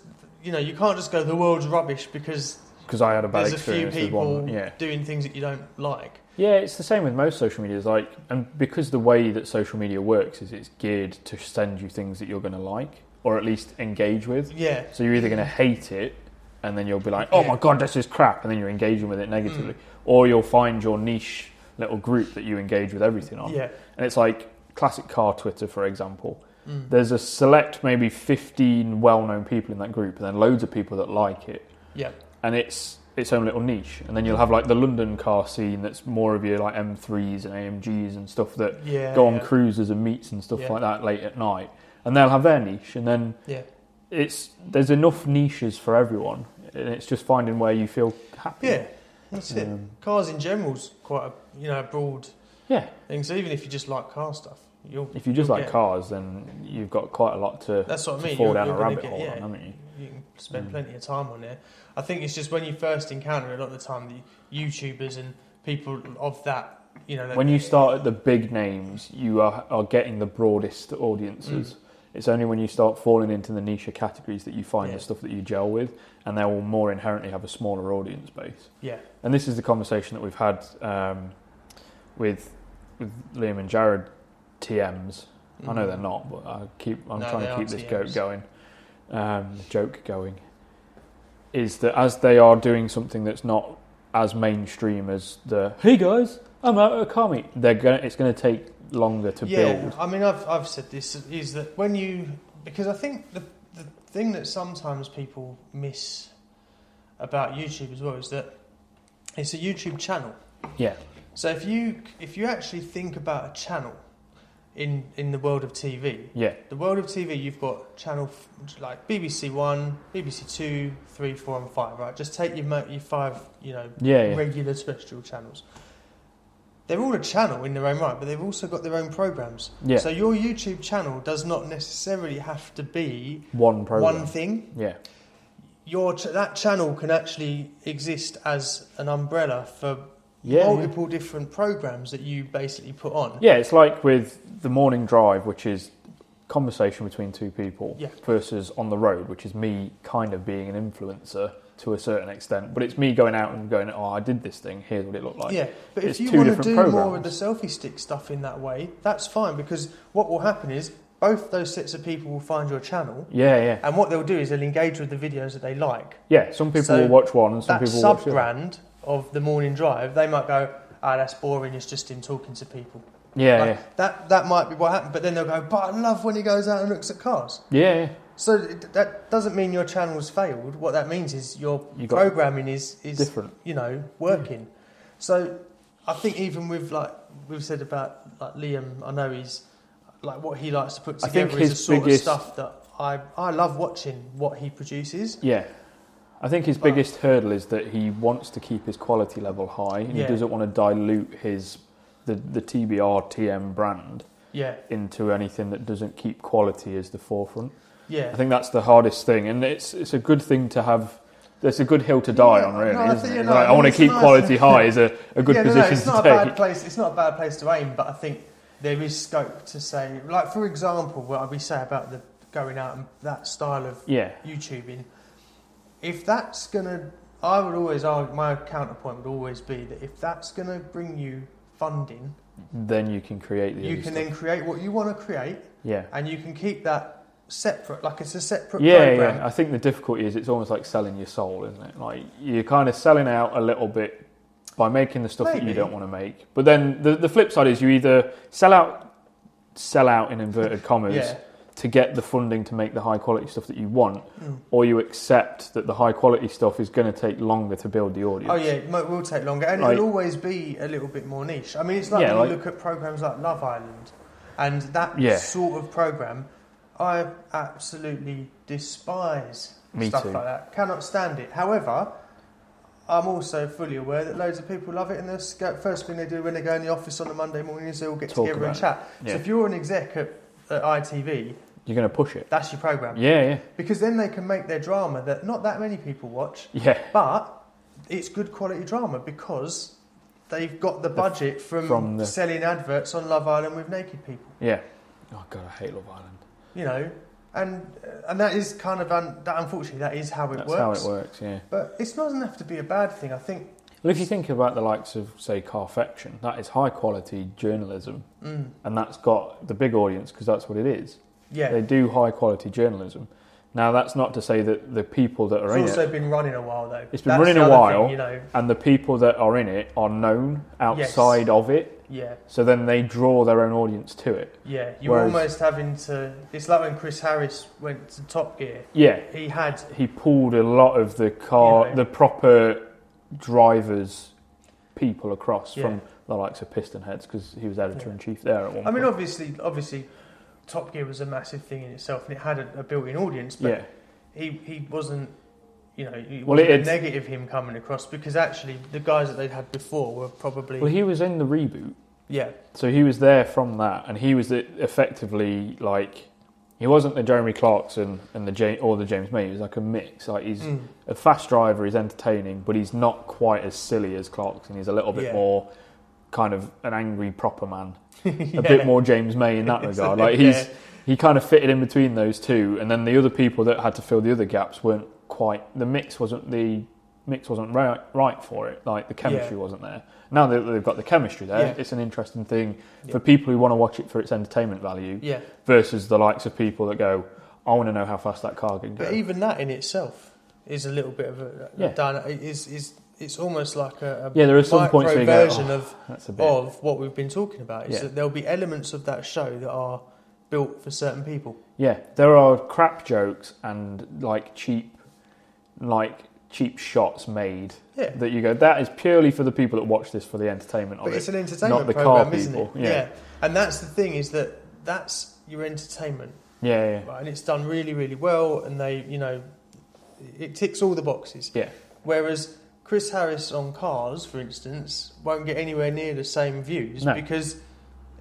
Speaker 2: you know you can't just go the world's rubbish because
Speaker 1: Because I had a bad
Speaker 2: there's a few
Speaker 1: experience with
Speaker 2: people
Speaker 1: one. Yeah.
Speaker 2: doing things that you don't like.
Speaker 1: Yeah, it's the same with most social medias. Like, and because the way that social media works is it's geared to send you things that you're going to like or at least engage with.
Speaker 2: Yeah,
Speaker 1: So you're either going to hate it, and then you'll be like, "Oh my god, this is crap," and then you're engaging with it negatively,
Speaker 2: Mm.
Speaker 1: or you'll find your niche little group that you engage with everything on.
Speaker 2: yeah,
Speaker 1: And it's like classic car Twitter, for example.
Speaker 2: Mm.
Speaker 1: There's a select, maybe 15 well-known people in that group, and then loads of people that like it,
Speaker 2: yeah,
Speaker 1: and it's its own little niche. And then you'll have like the London car scene that's more of your like M3s and AMGs and stuff that
Speaker 2: yeah.
Speaker 1: go on
Speaker 2: yeah.
Speaker 1: cruises and meets and stuff
Speaker 2: Yeah.
Speaker 1: like that late at night, and they'll have their niche, and then
Speaker 2: Yeah.
Speaker 1: it's there's enough niches for everyone, and it's just finding where you feel happy.
Speaker 2: Yeah, that's it.
Speaker 1: Um,
Speaker 2: Cars in general's quite a you know broad
Speaker 1: yeah.
Speaker 2: thing. So even if you just like car stuff, you'll
Speaker 1: If you just
Speaker 2: You'll
Speaker 1: like
Speaker 2: get-
Speaker 1: cars, then you've got quite a lot to,
Speaker 2: that's what I
Speaker 1: to
Speaker 2: mean.
Speaker 1: fall
Speaker 2: you're,
Speaker 1: down
Speaker 2: you're
Speaker 1: a
Speaker 2: gonna
Speaker 1: rabbit
Speaker 2: get-
Speaker 1: hole
Speaker 2: yeah,
Speaker 1: on, haven't you?
Speaker 2: you can spend
Speaker 1: Mm.
Speaker 2: plenty of time on there. I think it's just when you first encounter it, a lot of the time, the YouTubers and people of that, you know, that-
Speaker 1: When you start at the big names, you are, are getting the broadest audiences.
Speaker 2: Mm.
Speaker 1: It's only when you start falling into the niche categories that you find
Speaker 2: Yeah.
Speaker 1: the stuff that you gel with, and they will more inherently have a smaller audience base.
Speaker 2: yeah,
Speaker 1: and this is the conversation that we've had um, with with Liam and Jared TMs. I know
Speaker 2: Mhm.
Speaker 1: they're not, but I keep I'm
Speaker 2: No,
Speaker 1: trying
Speaker 2: they
Speaker 1: to
Speaker 2: are
Speaker 1: keep this
Speaker 2: TMs.
Speaker 1: joke going. Um, joke going is that as they are doing something that's not as mainstream as the hey guys I'm out at a car meet, they're gonna it's gonna take longer to
Speaker 2: yeah.
Speaker 1: build.
Speaker 2: I mean, I've I've said this is that when you because I think the the thing that sometimes people miss about YouTube as well is that it's a YouTube channel.
Speaker 1: Yeah,
Speaker 2: So if you if you actually think about a channel in in the world of TV,
Speaker 1: yeah,
Speaker 2: the world of TV you've got channel f- like BBC One, BBC Two, Three, Four, and Five. Right, just take your mo- your five you know
Speaker 1: yeah, yeah.
Speaker 2: regular terrestrial channels. They're all a channel in their own right, but they've also got their own programs.
Speaker 1: Yeah.
Speaker 2: So your YouTube channel does not necessarily have to be
Speaker 1: One program.
Speaker 2: one thing.
Speaker 1: yeah,
Speaker 2: Your ch- that channel can actually exist as an umbrella for
Speaker 1: yeah. yeah.
Speaker 2: multiple different programs that you basically put on.
Speaker 1: Yeah, it's like with the morning drive, which is conversation between two people,
Speaker 2: Yeah.
Speaker 1: versus on the road, which is me kind of being an influencer to a certain extent, but it's me going out and going, oh, I did this thing. Here's what it looked like.
Speaker 2: yeah, but
Speaker 1: it's
Speaker 2: if you
Speaker 1: two
Speaker 2: want to
Speaker 1: different
Speaker 2: do more of
Speaker 1: programs.
Speaker 2: the selfie stick stuff in that way, that's fine because what will happen is both those sets of people will find your channel,
Speaker 1: yeah, yeah,
Speaker 2: and what they'll do is they'll engage with the videos that they like.
Speaker 1: yeah. Some people
Speaker 2: So
Speaker 1: will watch one, and some
Speaker 2: that
Speaker 1: people will watch
Speaker 2: sub
Speaker 1: the other.
Speaker 2: brand of the morning drive, they might go, ah, that's boring. It's just him talking to people.
Speaker 1: Yeah,
Speaker 2: Like, That that might be what happened, but then they'll go, but I love when he goes out and looks at cars.
Speaker 1: yeah, yeah, yeah.
Speaker 2: So it- that doesn't mean your channel's failed. What that means is your
Speaker 1: You got
Speaker 2: programming is is
Speaker 1: Different.
Speaker 2: you know working. So I think even with like we've said about like Liam, I know he's like what he likes to put
Speaker 1: I think
Speaker 2: together is the
Speaker 1: his
Speaker 2: sort
Speaker 1: biggest-
Speaker 2: of stuff that I I love watching what he produces.
Speaker 1: Yeah. I think his
Speaker 2: But-
Speaker 1: biggest hurdle is that he wants to keep his quality level high and
Speaker 2: Yeah.
Speaker 1: he doesn't want to dilute his the, the TBR TM brand
Speaker 2: Yeah,
Speaker 1: into anything that doesn't keep quality as the forefront. I
Speaker 2: yeah.
Speaker 1: think that's the hardest thing and it's it's a good thing to have it's a good hill to die
Speaker 2: Yeah,
Speaker 1: on really,
Speaker 2: no, I
Speaker 1: isn't
Speaker 2: think
Speaker 1: it?
Speaker 2: you're
Speaker 1: Like,
Speaker 2: right.
Speaker 1: I want to
Speaker 2: It's
Speaker 1: keep
Speaker 2: nice.
Speaker 1: quality high is a, a good
Speaker 2: yeah, no, no,
Speaker 1: position
Speaker 2: it's not
Speaker 1: to
Speaker 2: a
Speaker 1: take.
Speaker 2: bad place. It's not a bad place to aim, but I think there is scope to say, like for example, what we say about the going out and that style of
Speaker 1: Yeah.
Speaker 2: YouTubing, if that's gonna, I would always argue, my counterpoint would always be that if that's gonna bring you funding,
Speaker 1: Then you can create the
Speaker 2: you
Speaker 1: other
Speaker 2: can
Speaker 1: stuff.
Speaker 2: then create what you want to create,
Speaker 1: Yeah.
Speaker 2: and you can keep that separate, like it's a separate
Speaker 1: Yeah,
Speaker 2: program.
Speaker 1: yeah. I think the difficulty is it's almost like selling your soul, isn't it? Like you're kind of selling out a little bit by making the stuff that
Speaker 2: Maybe.
Speaker 1: you don't want to make. But then the, the flip side is you either sell out, sell out in inverted commas
Speaker 2: Yeah.
Speaker 1: to get the funding to make the high quality stuff that you want,
Speaker 2: Mm.
Speaker 1: or you accept that the high quality stuff is going to take longer to build the audience.
Speaker 2: Oh yeah, it might- will take longer, and
Speaker 1: Like-
Speaker 2: it'll always be a little bit more niche. I mean, it's like
Speaker 1: Yeah,
Speaker 2: when you
Speaker 1: like-
Speaker 2: look at programs like Love Island, and that
Speaker 1: Yeah.
Speaker 2: sort of program, I absolutely despise
Speaker 1: Me
Speaker 2: stuff
Speaker 1: too.
Speaker 2: like that. Cannot stand it. However, I'm also fully aware that loads of people love it, and the first thing they do when they go in the office on a Monday morning is they all get
Speaker 1: Talk
Speaker 2: together
Speaker 1: about
Speaker 2: and
Speaker 1: it.
Speaker 2: chat.
Speaker 1: Yeah.
Speaker 2: So if you're an exec at, at ITV,
Speaker 1: You're going to push it.
Speaker 2: that's your program
Speaker 1: Yeah,
Speaker 2: because then they can make their drama that not that many people watch.
Speaker 1: yeah, yeah.
Speaker 2: But it's good quality drama because they've got the
Speaker 1: The-
Speaker 2: budget from,
Speaker 1: from the-
Speaker 2: selling adverts on Love Island with naked people,
Speaker 1: Yeah. Oh god, I hate Love Island.
Speaker 2: you know, and uh, and that is kind of un, that unfortunately that is how it
Speaker 1: That's
Speaker 2: works.
Speaker 1: how it works. Yeah.
Speaker 2: But it doesn't have to be a bad thing. I think
Speaker 1: Well, if you think about the likes of say Carfection, that is high quality journalism.
Speaker 2: mm,
Speaker 1: and that's got the big audience because that's what it is.
Speaker 2: yeah,
Speaker 1: They do high quality journalism. Now, that's not to say that the people that
Speaker 2: it's
Speaker 1: are in
Speaker 2: also
Speaker 1: it
Speaker 2: been running a while though.
Speaker 1: It's been
Speaker 2: That's
Speaker 1: running
Speaker 2: the
Speaker 1: a
Speaker 2: other thing,
Speaker 1: while.
Speaker 2: you know.
Speaker 1: and the people that are in it are known outside of it,
Speaker 2: Yeah,
Speaker 1: so then they draw their own audience to it.
Speaker 2: yeah. You're
Speaker 1: Whereas-
Speaker 2: almost having to. It's like when Chris Harris went to Top Gear.
Speaker 1: Yeah,
Speaker 2: He had
Speaker 1: he pulled a lot of the car,
Speaker 2: Yeah.
Speaker 1: the proper drivers, people across
Speaker 2: Yeah.
Speaker 1: from the likes of Piston Heads because he was editor in chief there at one
Speaker 2: I mean,
Speaker 1: point.
Speaker 2: obviously, obviously, Top Gear was a massive thing in itself, and it had a, a built-in audience. But
Speaker 1: yeah,
Speaker 2: he he wasn't, you know, it
Speaker 1: Well,
Speaker 2: wasn't
Speaker 1: it-
Speaker 2: a negative him coming across because actually the guys that they'd had before were probably
Speaker 1: well, he was in the reboot.
Speaker 2: yeah
Speaker 1: So he was there from that, and he was the, effectively like he wasn't the Jeremy Clarkson and the James, or the James May. He was like a mix. Like he's
Speaker 2: Mm.
Speaker 1: a fast driver, he's entertaining, but he's not quite as silly as Clarkson. He's a little bit
Speaker 2: Yeah.
Speaker 1: more kind of an angry proper man,
Speaker 2: Yeah.
Speaker 1: a bit more James May in that
Speaker 2: It's
Speaker 1: regard.
Speaker 2: a
Speaker 1: Like
Speaker 2: bit-
Speaker 1: he's
Speaker 2: yeah.
Speaker 1: he kind of fitted in between those two, and then the other people that had to fill the other gaps weren't quite. The mix wasn't the mix wasn't right, right for it. Like the chemistry
Speaker 2: Yeah.
Speaker 1: wasn't there. Now that they've got the chemistry there,
Speaker 2: Yeah.
Speaker 1: it's an interesting thing
Speaker 2: Yeah.
Speaker 1: for people who want to watch it for its entertainment value
Speaker 2: yeah.
Speaker 1: versus the likes of people that go, "I want to know how fast that car can go."
Speaker 2: But e- even that in itself is a little bit of a
Speaker 1: Yeah.
Speaker 2: dyna- is is it's almost like a, a
Speaker 1: yeah, there are some points where
Speaker 2: micro
Speaker 1: you go,
Speaker 2: version
Speaker 1: "Oh,
Speaker 2: of
Speaker 1: "That's a bit."
Speaker 2: of what we've been talking about. Is
Speaker 1: Yeah.
Speaker 2: that there'll be elements of that show that are built for certain people.
Speaker 1: Yeah, there are crap jokes and like cheap, like cheap shots made
Speaker 2: Yeah.
Speaker 1: that you go. That is purely for the people that watch this for the entertainment
Speaker 2: But
Speaker 1: of
Speaker 2: it's
Speaker 1: it.
Speaker 2: an entertainment
Speaker 1: the
Speaker 2: program,
Speaker 1: car
Speaker 2: isn't it?
Speaker 1: people, yeah.
Speaker 2: and that's the thing is that that's your entertainment,
Speaker 1: Yeah, yeah,
Speaker 2: right? and it's done really, really well, and they, you know, it ticks all the boxes.
Speaker 1: yeah.
Speaker 2: Whereas Chris Harris on Cars, for instance, won't get anywhere near the same views
Speaker 1: No.
Speaker 2: because,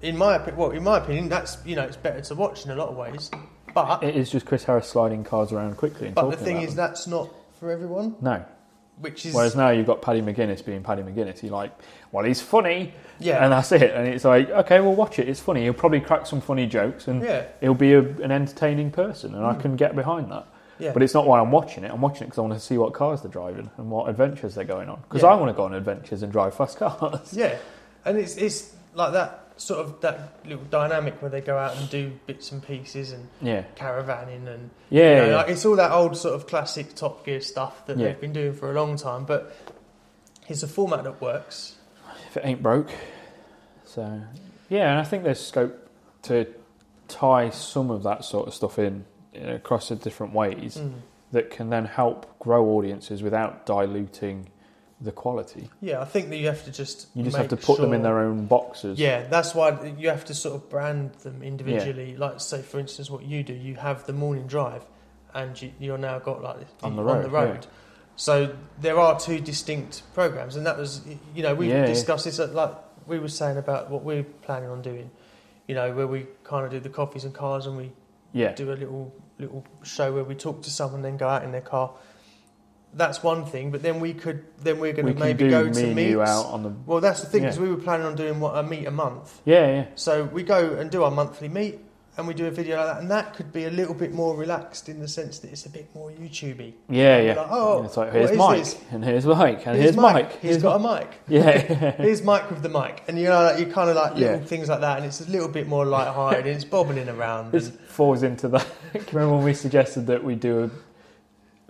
Speaker 2: in my opinion, well, in my opinion, that's you know, it's better to watch in a lot of ways, but
Speaker 1: It is just Chris Harris sliding cars around quickly. And
Speaker 2: but the
Speaker 1: talking
Speaker 2: thing
Speaker 1: about
Speaker 2: is
Speaker 1: them.
Speaker 2: that's not for everyone,
Speaker 1: no.
Speaker 2: which is
Speaker 1: Whereas now you've got Paddy McGuinness being Paddy McGuinness. You're like, well, he's funny,
Speaker 2: yeah,
Speaker 1: and that's it. And it's like, okay, well, watch it. It's funny. He'll probably crack some funny jokes, and
Speaker 2: yeah, Hmm.
Speaker 1: he'll be a, an entertaining person, and I can get behind that.
Speaker 2: Yeah.
Speaker 1: But it's not why I'm watching it. I'm watching it because I want to see what cars they're driving and what adventures they're going on. Because
Speaker 2: Yeah.
Speaker 1: I want to go on adventures and drive fast cars.
Speaker 2: Yeah, and it's it's like that sort of that little dynamic where they go out and do bits and pieces and
Speaker 1: Yeah.
Speaker 2: caravanning and
Speaker 1: Yeah.
Speaker 2: you know,
Speaker 1: yeah.
Speaker 2: like it's all that old sort of classic Top Gear stuff that
Speaker 1: Yeah.
Speaker 2: they've been doing for a long time. But it's a format that works.
Speaker 1: if it ain't broke. So, yeah, and I think there's scope to tie some of that sort of stuff in you know, across the different ways
Speaker 2: Mm.
Speaker 1: that can then help grow audiences without diluting the quality.
Speaker 2: Yeah, I think that you have to just
Speaker 1: You just
Speaker 2: make
Speaker 1: have to put them in
Speaker 2: sure-
Speaker 1: their own boxes.
Speaker 2: Yeah, that's why you have to sort of brand them individually. Like, say, for instance, what you do, you have the morning drive, and you, you're now got like the,
Speaker 1: On the road,
Speaker 2: So there are two distinct programs, and that was, you know, we
Speaker 1: Yeah, yeah.
Speaker 2: discussed this at, like we were saying about what we're planning on doing. You know, where we kind of do the coffees and cars, and we
Speaker 1: Yeah.
Speaker 2: do a little little show where we talk to someone, then go out in their car. That's one thing, but then we could then we're going
Speaker 1: We
Speaker 2: to
Speaker 1: can
Speaker 2: maybe
Speaker 1: do
Speaker 2: go
Speaker 1: me
Speaker 2: to
Speaker 1: and
Speaker 2: meet.
Speaker 1: you out on the.
Speaker 2: Well, that's the thing because
Speaker 1: Yeah.
Speaker 2: we were planning on doing what a meet a month.
Speaker 1: Yeah, yeah.
Speaker 2: So we go and do our monthly meet and we do a video like that, and that could be a little bit more relaxed in the sense that it's a bit more YouTubey.
Speaker 1: Yeah, yeah.
Speaker 2: Like, oh,
Speaker 1: And it's like,
Speaker 2: what
Speaker 1: here's
Speaker 2: is
Speaker 1: Mike,
Speaker 2: this?
Speaker 1: and here's Mike, and here's, Mike.
Speaker 2: He's
Speaker 1: here's
Speaker 2: got
Speaker 1: Mi-
Speaker 2: a mic.
Speaker 1: Yeah.
Speaker 2: Here's Mike with the mic, and you know, like, you kind of like little
Speaker 1: Yeah.
Speaker 2: things like that, and it's a little bit more light-hearted, and it's bobbling around.
Speaker 1: This
Speaker 2: And,
Speaker 1: falls into that. Remember when we suggested that we do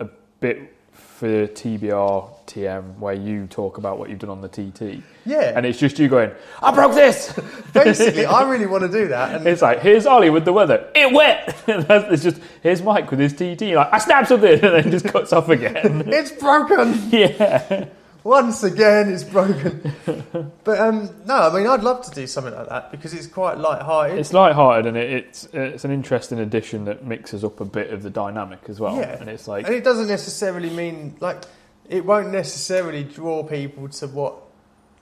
Speaker 1: a, a bit for TBR TM where you talk about what you've done on the TT,
Speaker 2: yeah,
Speaker 1: and it's just you going, "I broke this."
Speaker 2: basically, I really want to do that, and
Speaker 1: It's like here's Ollie with the weather. It wet. And that's- it's just here's Mike with his TT. Like I snapped something, and then just cuts off again.
Speaker 2: it's broken.
Speaker 1: yeah,
Speaker 2: Once again, it's broken. but um, no, I mean, I'd love to do something like that because it's quite light-hearted.
Speaker 1: it's light-hearted and it, it's it's an interesting addition that mixes up a bit of the dynamic as well.
Speaker 2: Yeah.
Speaker 1: and it's like
Speaker 2: and it doesn't necessarily mean like it won't necessarily draw people to what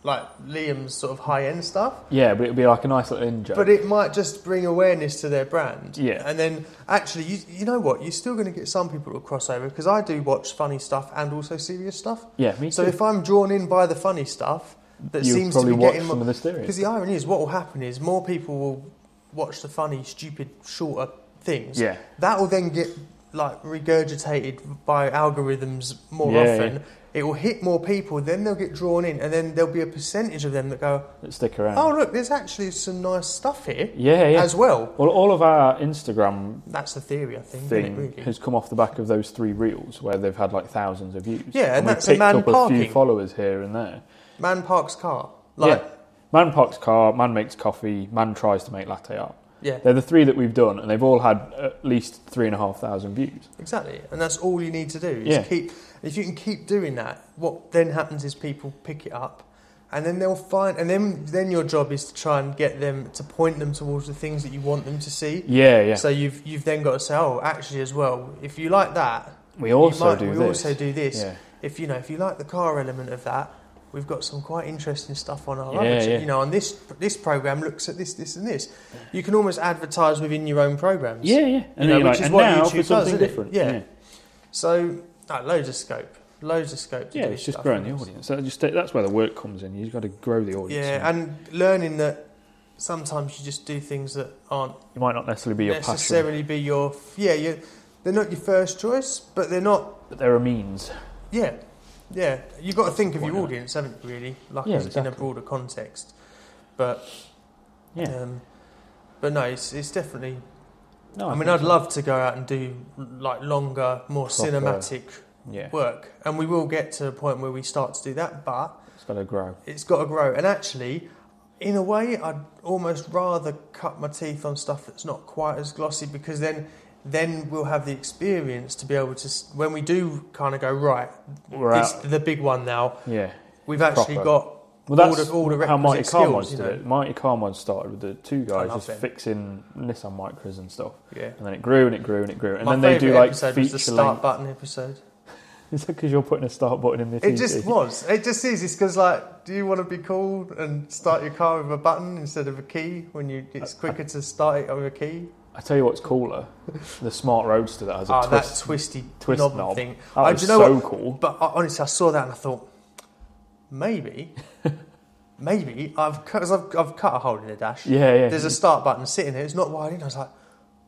Speaker 2: like Liam's sort of high end stuff,
Speaker 1: yeah, but it'll be like a nice little in joke.
Speaker 2: but it might just bring awareness to their brand.
Speaker 1: Yeah.
Speaker 2: and then actually, you you know what? You're still going to get some people to cross over because I do watch funny stuff and also serious stuff.
Speaker 1: yeah, me too.
Speaker 2: So if I'm drawn in by the funny stuff that
Speaker 1: You'll
Speaker 2: seems to
Speaker 1: probably
Speaker 2: be
Speaker 1: watch
Speaker 2: getting
Speaker 1: some
Speaker 2: more,
Speaker 1: of the series.
Speaker 2: because the irony is, what will happen is more people will watch the funny, stupid, shorter things.
Speaker 1: Yeah.
Speaker 2: That will then get like regurgitated by algorithms more
Speaker 1: Yeah,
Speaker 2: often.
Speaker 1: yeah.
Speaker 2: It will hit more people, then they'll get drawn in, and then there'll be a percentage of them that go,
Speaker 1: that stick around.
Speaker 2: "Oh, look, there's actually some nice stuff here
Speaker 1: yeah, yeah.
Speaker 2: as well."
Speaker 1: Well, all of our Instagram
Speaker 2: That's the theory, I think. isn't it,
Speaker 1: thing
Speaker 2: really?
Speaker 1: has come off the back of those three reels where they've had like thousands of views.
Speaker 2: Yeah, and
Speaker 1: we
Speaker 2: that's a
Speaker 1: picked
Speaker 2: man
Speaker 1: up a
Speaker 2: parking.
Speaker 1: few followers here and there.
Speaker 2: Man parks car, like
Speaker 1: yeah. Man parks car, man makes coffee, man tries to make latte art.
Speaker 2: yeah.
Speaker 1: They're the three that we've done, and they've all had at least three and a half thousand views.
Speaker 2: Exactly, and that's all you need to do. Is
Speaker 1: Yeah.
Speaker 2: keep. If you can keep doing that, what then happens is people pick it up, and then they'll find. And then then your job is to try and get them to point them towards the things that you want them to see.
Speaker 1: Yeah, yeah.
Speaker 2: So you've you've then got to say, oh, actually, as well, if you like that,
Speaker 1: we also
Speaker 2: you might,
Speaker 1: do
Speaker 2: we
Speaker 1: this.
Speaker 2: also do this.
Speaker 1: Yeah.
Speaker 2: If you know, if you like the car element of that, we've got some quite interesting stuff on our
Speaker 1: Yeah,
Speaker 2: other ch-
Speaker 1: yeah.
Speaker 2: You know, on this this program looks at this, this, and this. You can almost advertise within your own programs.
Speaker 1: Yeah, yeah. And
Speaker 2: know,
Speaker 1: then you're
Speaker 2: which
Speaker 1: like,
Speaker 2: is
Speaker 1: and
Speaker 2: what
Speaker 1: now
Speaker 2: YouTube
Speaker 1: for
Speaker 2: does,
Speaker 1: something
Speaker 2: isn't it?
Speaker 1: different.
Speaker 2: Yeah.
Speaker 1: yeah.
Speaker 2: So no, loads of scope, loads of scope. To
Speaker 1: Yeah,
Speaker 2: do
Speaker 1: it's just
Speaker 2: stuff.
Speaker 1: growing the audience. That just, that's where the work comes in. You've got to grow the audience.
Speaker 2: Yeah, and learning that sometimes you just do things that aren't
Speaker 1: it might not necessarily be your passion,
Speaker 2: necessarily be your yeah. You, they're not your first choice, but they're not
Speaker 1: but there are means.
Speaker 2: yeah, yeah. You've got to think of
Speaker 1: Why
Speaker 2: your
Speaker 1: not?
Speaker 2: audience, haven't you? Really, like
Speaker 1: Yeah,
Speaker 2: as- in a
Speaker 1: exactly.
Speaker 2: broader context. But
Speaker 1: Yeah.
Speaker 2: um, but no, it's, it's definitely.
Speaker 1: No,
Speaker 2: I mean,
Speaker 1: think
Speaker 2: I'd
Speaker 1: so.
Speaker 2: love to go out and do like longer, more
Speaker 1: Proper-
Speaker 2: cinematic
Speaker 1: Yeah,
Speaker 2: work, and we will get to a point where we start to do that, but.
Speaker 1: it's got to grow.
Speaker 2: it's got to grow. And actually, in a way, I'd almost rather cut my teeth on stuff that's not quite as glossy because then then we'll have the experience to be able to s- when we do kind of go right.
Speaker 1: We're
Speaker 2: this
Speaker 1: out.
Speaker 2: the big one now.
Speaker 1: Yeah.
Speaker 2: We've actually
Speaker 1: Proper.
Speaker 2: got
Speaker 1: Well, that's
Speaker 2: all the all the
Speaker 1: how
Speaker 2: requisite
Speaker 1: Mighty
Speaker 2: skills.
Speaker 1: Car Mods
Speaker 2: you
Speaker 1: did
Speaker 2: know?
Speaker 1: it. Mighty Car Mods started with the two guys
Speaker 2: love
Speaker 1: just
Speaker 2: them.
Speaker 1: fixing Nissan Micras and stuff,
Speaker 2: Yeah.
Speaker 1: and then it grew and it grew and it grew, and
Speaker 2: my
Speaker 1: then they do
Speaker 2: favourite
Speaker 1: like
Speaker 2: episode
Speaker 1: feature
Speaker 2: was the start
Speaker 1: length.
Speaker 2: button episode.
Speaker 1: Is that because you're putting a start button in the
Speaker 2: It
Speaker 1: TV?
Speaker 2: just was. It just is. It's because like, do you want to be cool and start your car with a button instead of a key? When you, it's
Speaker 1: Uh,
Speaker 2: quicker to start it with a key.
Speaker 1: I tell you what's cooler, the smart roadster that has a
Speaker 2: Ah, that
Speaker 1: twist.
Speaker 2: twisty
Speaker 1: twist
Speaker 2: knob,
Speaker 1: knob.
Speaker 2: thing.
Speaker 1: That
Speaker 2: I-
Speaker 1: was
Speaker 2: do you know
Speaker 1: so
Speaker 2: what?
Speaker 1: cool.
Speaker 2: But I, honestly, I saw that and I thought, maybe, maybe I've cut, 'cause I've, I've cut a hole in the dash.
Speaker 1: Yeah, yeah.
Speaker 2: There's a start button sitting there. It's not widened. I was like,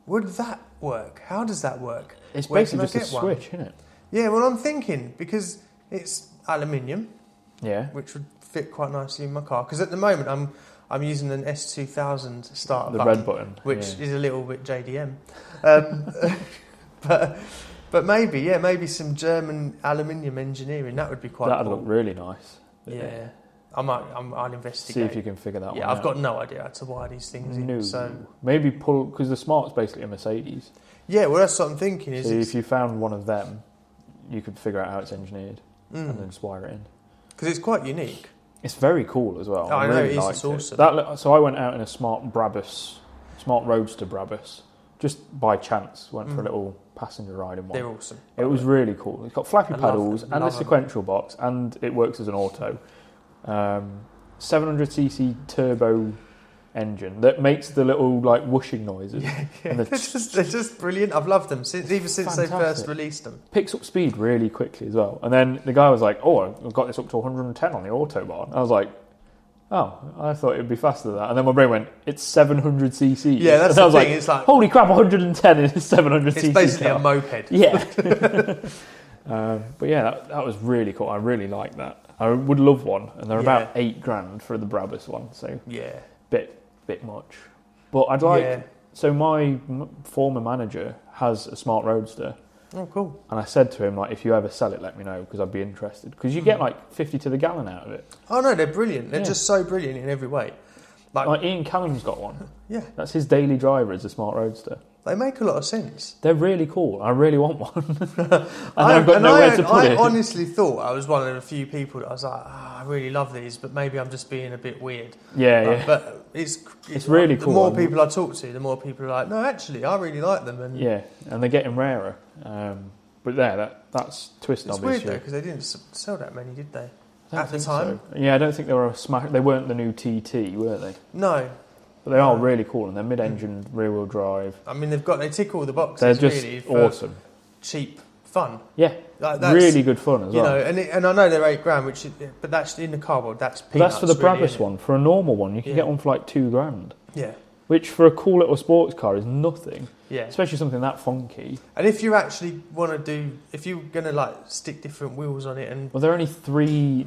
Speaker 2: would that work? How does that work?
Speaker 1: It's
Speaker 2: Where
Speaker 1: basically
Speaker 2: can I
Speaker 1: just a
Speaker 2: get one?
Speaker 1: switch, isn't it?
Speaker 2: Yeah, well, I'm thinking because it's aluminium,
Speaker 1: Yeah.
Speaker 2: which would fit quite nicely in my car. Because at the moment, I'm I'm using an S2000 starter
Speaker 1: The
Speaker 2: button,
Speaker 1: red button.
Speaker 2: which
Speaker 1: yeah.
Speaker 2: is a little bit JDM. Um, but but maybe yeah, maybe some German aluminium engineering that would be quite.
Speaker 1: That'd
Speaker 2: cool.
Speaker 1: look really nice.
Speaker 2: Yeah, I might. I'm, I'll investigate.
Speaker 1: See if you can figure that one
Speaker 2: yeah,
Speaker 1: out.
Speaker 2: I've got no idea how to wire these things
Speaker 1: No.
Speaker 2: in. So
Speaker 1: Maybe pull because the smart's basically a Mercedes.
Speaker 2: yeah, well that's what I'm thinking. Is
Speaker 1: so
Speaker 2: it's-
Speaker 1: if you found one of them, you could figure out how it's engineered
Speaker 2: Mm.
Speaker 1: and then just wire it in.
Speaker 2: Because it's quite unique.
Speaker 1: It's very cool as well.
Speaker 2: Oh, I know,
Speaker 1: really
Speaker 2: it is,
Speaker 1: liked
Speaker 2: it's awesome.
Speaker 1: That lo- so I went out in a smart Brabus, smart Roadster Brabus, just by chance. Went for a
Speaker 2: Mm.
Speaker 1: little passenger ride in one.
Speaker 2: They're awesome.
Speaker 1: It was really cool. It's got flappy
Speaker 2: I love
Speaker 1: paddles
Speaker 2: them,
Speaker 1: and a
Speaker 2: love them.
Speaker 1: sequential box, and it works as an auto. Um, 700cc turbo engine that makes the little like whooshing noises.
Speaker 2: Yeah,
Speaker 1: And the
Speaker 2: they're, just, they're just brilliant. I've loved them since even since they
Speaker 1: Fantastic.
Speaker 2: first released them.
Speaker 1: Picks up speed really quickly as well. And then the guy was like, "Oh, I've got this up to 110 on the autobahn." I was like. Oh, I thought it'd be faster than that, and then my brain went, "It's 700 cc."
Speaker 2: Yeah,
Speaker 1: and
Speaker 2: that's the
Speaker 1: I was
Speaker 2: thing.
Speaker 1: like,
Speaker 2: it's like
Speaker 1: "Holy crap, 110 is 700 cc."
Speaker 2: it's basically
Speaker 1: car."
Speaker 2: a moped.
Speaker 1: Yeah. um, but yeah, that, that was really cool. I really like that. I would love one, and they're about eight grand for the Brabus one, so
Speaker 2: Yeah,
Speaker 1: bit bit much. But I'd like.
Speaker 2: Yeah.
Speaker 1: So my m- former manager has a smart roadster,
Speaker 2: Oh, cool.
Speaker 1: and I said to him like, if you ever sell it, let me know because I'd be interested. Because you
Speaker 2: Hmm.
Speaker 1: get like fifty to the gallon out of it.
Speaker 2: Oh no, they're brilliant. They're
Speaker 1: Yeah.
Speaker 2: just so brilliant in every way. Like,
Speaker 1: Like Ian Callum's got one.
Speaker 2: yeah,
Speaker 1: That's his daily driver is a smart roadster.
Speaker 2: they make a lot of sense.
Speaker 1: They're really cool. I really want one, and
Speaker 2: I-
Speaker 1: I've got
Speaker 2: and
Speaker 1: nowhere
Speaker 2: I,
Speaker 1: to put
Speaker 2: I
Speaker 1: it.
Speaker 2: honestly thought I was one of the few people that I was like, ah, I really love these, but maybe I'm just being a bit weird.
Speaker 1: yeah, yeah.
Speaker 2: Like, but it's
Speaker 1: It's really
Speaker 2: the
Speaker 1: cool.
Speaker 2: more
Speaker 1: I'm-
Speaker 2: people I talk to, the more people are like, no, actually, I really like them. And
Speaker 1: Yeah, and they're getting rarer. Um, but there, that that's twist
Speaker 2: it's
Speaker 1: knob
Speaker 2: weird
Speaker 1: issue.
Speaker 2: though because they didn't s- sell that many, did they?
Speaker 1: I don't
Speaker 2: at the
Speaker 1: think
Speaker 2: time?
Speaker 1: so. Yeah, I don't think they were a smash. They weren't the new TT, were they?
Speaker 2: No,
Speaker 1: But they are
Speaker 2: No.
Speaker 1: really cool, and they're mid-engine rear-wheel drive.
Speaker 2: I mean they've got they tick all the
Speaker 1: They're
Speaker 2: boxes
Speaker 1: just
Speaker 2: really for
Speaker 1: awesome.
Speaker 2: cheap fun.
Speaker 1: Yeah,
Speaker 2: Like that's,
Speaker 1: really good fun as
Speaker 2: you
Speaker 1: well.
Speaker 2: know, and it, and I know they're eight grand, which is, but that's in the car world. That's
Speaker 1: But that's
Speaker 2: peanuts,
Speaker 1: for the
Speaker 2: really,
Speaker 1: Brabus
Speaker 2: isn't it?
Speaker 1: one. For a normal one, you can
Speaker 2: Yeah.
Speaker 1: get one for like two grand,
Speaker 2: Yeah,
Speaker 1: which for a cool little sports car is nothing,
Speaker 2: yeah.
Speaker 1: especially something that funky.
Speaker 2: And if you actually want to do, if you're gonna like stick different wheels on it, and
Speaker 1: Well, they're only three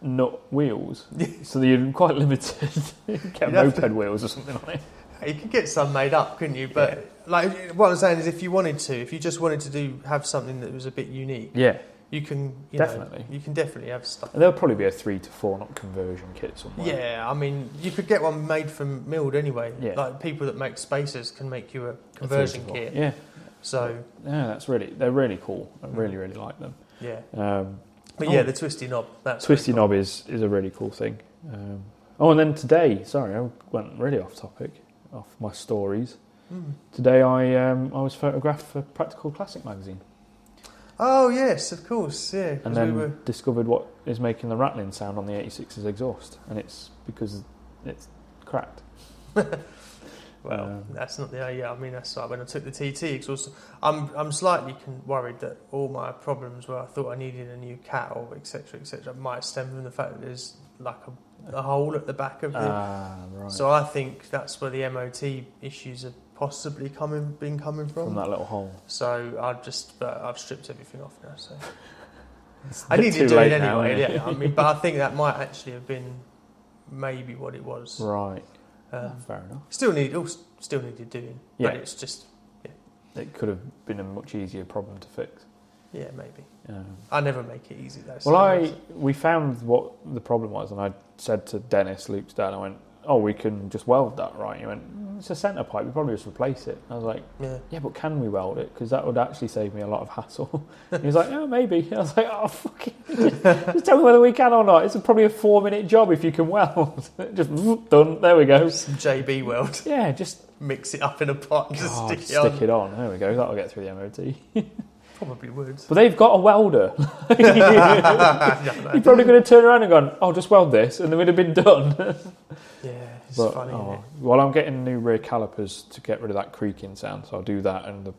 Speaker 1: nut wheels, so you're quite limited. get
Speaker 2: You'd have
Speaker 1: moped wheels or something on it.
Speaker 2: you could get some made up, couldn't you? But like what I'm saying is, if you wanted to, if you just wanted to do have something that was a bit unique,
Speaker 1: Yeah.
Speaker 2: you can you
Speaker 1: Definitely.
Speaker 2: know, you can definitely have stuff.
Speaker 1: There'll probably be a three to four knot conversion kit somewhere.
Speaker 2: Yeah, I mean, you could get one made from milled anyway.
Speaker 1: Yeah.
Speaker 2: Like people that make spacers can make you a
Speaker 1: A three
Speaker 2: conversion
Speaker 1: to four.
Speaker 2: kit.
Speaker 1: Yeah,
Speaker 2: So
Speaker 1: yeah, that's really they're really cool.
Speaker 2: Mm.
Speaker 1: I really really like them.
Speaker 2: yeah,
Speaker 1: Um,
Speaker 2: but
Speaker 1: Oh.
Speaker 2: yeah, the twisty knob. That's
Speaker 1: twisty
Speaker 2: really
Speaker 1: knob is is a really cool thing. Um, oh, and then today, sorry, I went really off topic, off my stories.
Speaker 2: cool. Mm.
Speaker 1: Today I um, I was photographed for Practical Classic magazine,
Speaker 2: Oh yes, of course. Yeah, 'cause
Speaker 1: and then
Speaker 2: we were.
Speaker 1: discovered what is making the rattling sound on the 86's exhaust, and it's because it's cracked.
Speaker 2: Well,
Speaker 1: Um,
Speaker 2: that's not the. uh, Yeah, I mean, that's like when I took the TT exhaust. I'm I'm slightly con- worried that all my problems where I thought I needed a new cat or etc. etc. might stem from the fact that there's like a, a hole at the back of the
Speaker 1: Ah, right.
Speaker 2: Oh, So I think that's where the MOT issues have possibly coming been coming from.
Speaker 1: from that little hole.
Speaker 2: So I've just but I've stripped everything off now. So
Speaker 1: It's
Speaker 2: I
Speaker 1: a bit
Speaker 2: need
Speaker 1: too
Speaker 2: to do
Speaker 1: late
Speaker 2: it
Speaker 1: now,
Speaker 2: anyway.
Speaker 1: isn't it?
Speaker 2: yeah, I mean, but I think that might actually have been maybe what it was.
Speaker 1: Right.
Speaker 2: Um,
Speaker 1: Fair enough.
Speaker 2: still need oh, s- still needed doing,
Speaker 1: Yeah.
Speaker 2: but it's just
Speaker 1: It could have been a much easier problem to fix.
Speaker 2: yeah maybe.
Speaker 1: Um,
Speaker 2: I never make it easy though. so
Speaker 1: well, I we found what the problem was, and I said to Dennis, Luke's dad, I went, "Oh, we can just weld that, right?" And he went, "Mm, "It's a centre pipe. We probably just replace it." And I was like,
Speaker 2: yeah.
Speaker 1: "Yeah, but can we weld it? Because that would actually save me a lot of hassle." And he was like, "Oh, maybe." I was like, "Oh, fucking, just tell me whether we can or not. It's probably a four-minute job if you can weld." just whoop, done. There we go.
Speaker 2: Some JB weld,
Speaker 1: Yeah, just,
Speaker 2: mix it up in a pot and just
Speaker 1: God,
Speaker 2: stick it
Speaker 1: stick
Speaker 2: on.
Speaker 1: it on. There we go. That'll get through the MOT.
Speaker 2: Probably would.
Speaker 1: But they've got a welder. You're probably going to turn around and gone, oh, just weld this, and then we'd have been done.
Speaker 2: Yeah, it's
Speaker 1: But,
Speaker 2: funny.
Speaker 1: oh,
Speaker 2: isn't it?
Speaker 1: well, I'm getting new rear calipers to get rid of that creaking sound, so I'll do that and the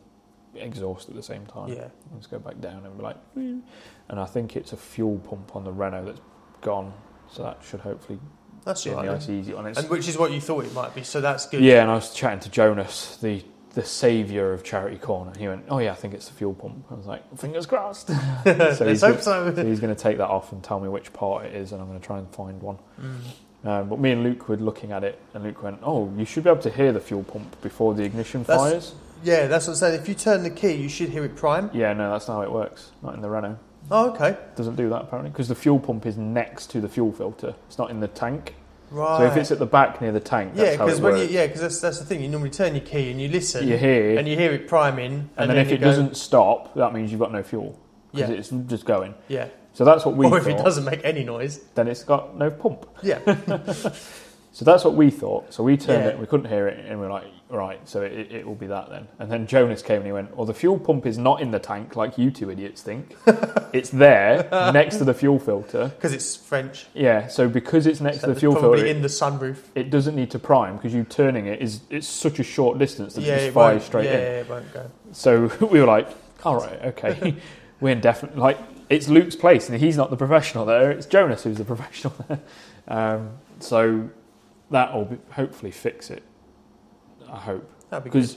Speaker 1: exhaust at the same time.
Speaker 2: Yeah.
Speaker 1: I'll just go back down and be like, "Mm." and I think it's a fuel pump on the Renault that's gone, so that should hopefully
Speaker 2: That's
Speaker 1: be
Speaker 2: all right.
Speaker 1: nice
Speaker 2: then.
Speaker 1: easy on it.
Speaker 2: And which is what you thought it might be, so that's good.
Speaker 1: Yeah, and I was chatting to Jonas, the the saviour of Charity Corner. He went, oh yeah, I think it's the fuel pump. I was like, fingers crossed. so
Speaker 2: Let's
Speaker 1: he's
Speaker 2: hope
Speaker 1: gonna,
Speaker 2: so.
Speaker 1: so he's going to take that off and tell me which part it is, and I'm going to try and find one.
Speaker 2: Mm.
Speaker 1: Um, but me and Luke were looking at it, and Luke went, "Oh, you should be able to hear the fuel pump before the ignition
Speaker 2: That's-
Speaker 1: fires."
Speaker 2: Yeah, that's what I'm saying. If you turn the key, you should hear it prime.
Speaker 1: Yeah, no, that's not how it works. Not in the Renault.
Speaker 2: Oh, okay.
Speaker 1: Doesn't do that apparently because the fuel pump is next to the fuel filter. It's not in the tank.
Speaker 2: Right.
Speaker 1: So if it's at the back near the tank,
Speaker 2: yeah,
Speaker 1: that's how it
Speaker 2: because when you,
Speaker 1: works.
Speaker 2: yeah, because that's, that's the thing. You normally turn your key and you listen,
Speaker 1: You hear,
Speaker 2: and you hear it priming, and,
Speaker 1: and, then, if
Speaker 2: you
Speaker 1: it
Speaker 2: go,
Speaker 1: doesn't stop, that means you've got no fuel
Speaker 2: yeah,
Speaker 1: because it's just going.
Speaker 2: yeah,
Speaker 1: So that's what we
Speaker 2: or if it
Speaker 1: thought.
Speaker 2: doesn't make any noise,
Speaker 1: then it's got no pump.
Speaker 2: yeah,
Speaker 1: So that's what we thought. So we turned
Speaker 2: Yeah.
Speaker 1: it, we couldn't hear it, and we are like, right, so it, it, it will be that then. And then Jonas came and he went, well, the fuel pump is not in the tank like you two idiots think. it's there next to the fuel filter.
Speaker 2: because it's French.
Speaker 1: Yeah, so because it's next
Speaker 2: so
Speaker 1: to the
Speaker 2: it's
Speaker 1: fuel
Speaker 2: probably
Speaker 1: filter, it,
Speaker 2: in the sunroof.
Speaker 1: it doesn't need to prime because you turning it is it's such a short distance that it
Speaker 2: Yeah,
Speaker 1: just
Speaker 2: it
Speaker 1: flies
Speaker 2: won't,
Speaker 1: straight
Speaker 2: yeah,
Speaker 1: in.
Speaker 2: yeah, it won't go.
Speaker 1: So we were like, all right, okay. we're indefinitely, like, it's Luke's place and he's not the professional there. It's Jonas who's the professional there. Um, so that'll be, hopefully fix it. I hope.
Speaker 2: That'd be good.
Speaker 1: Because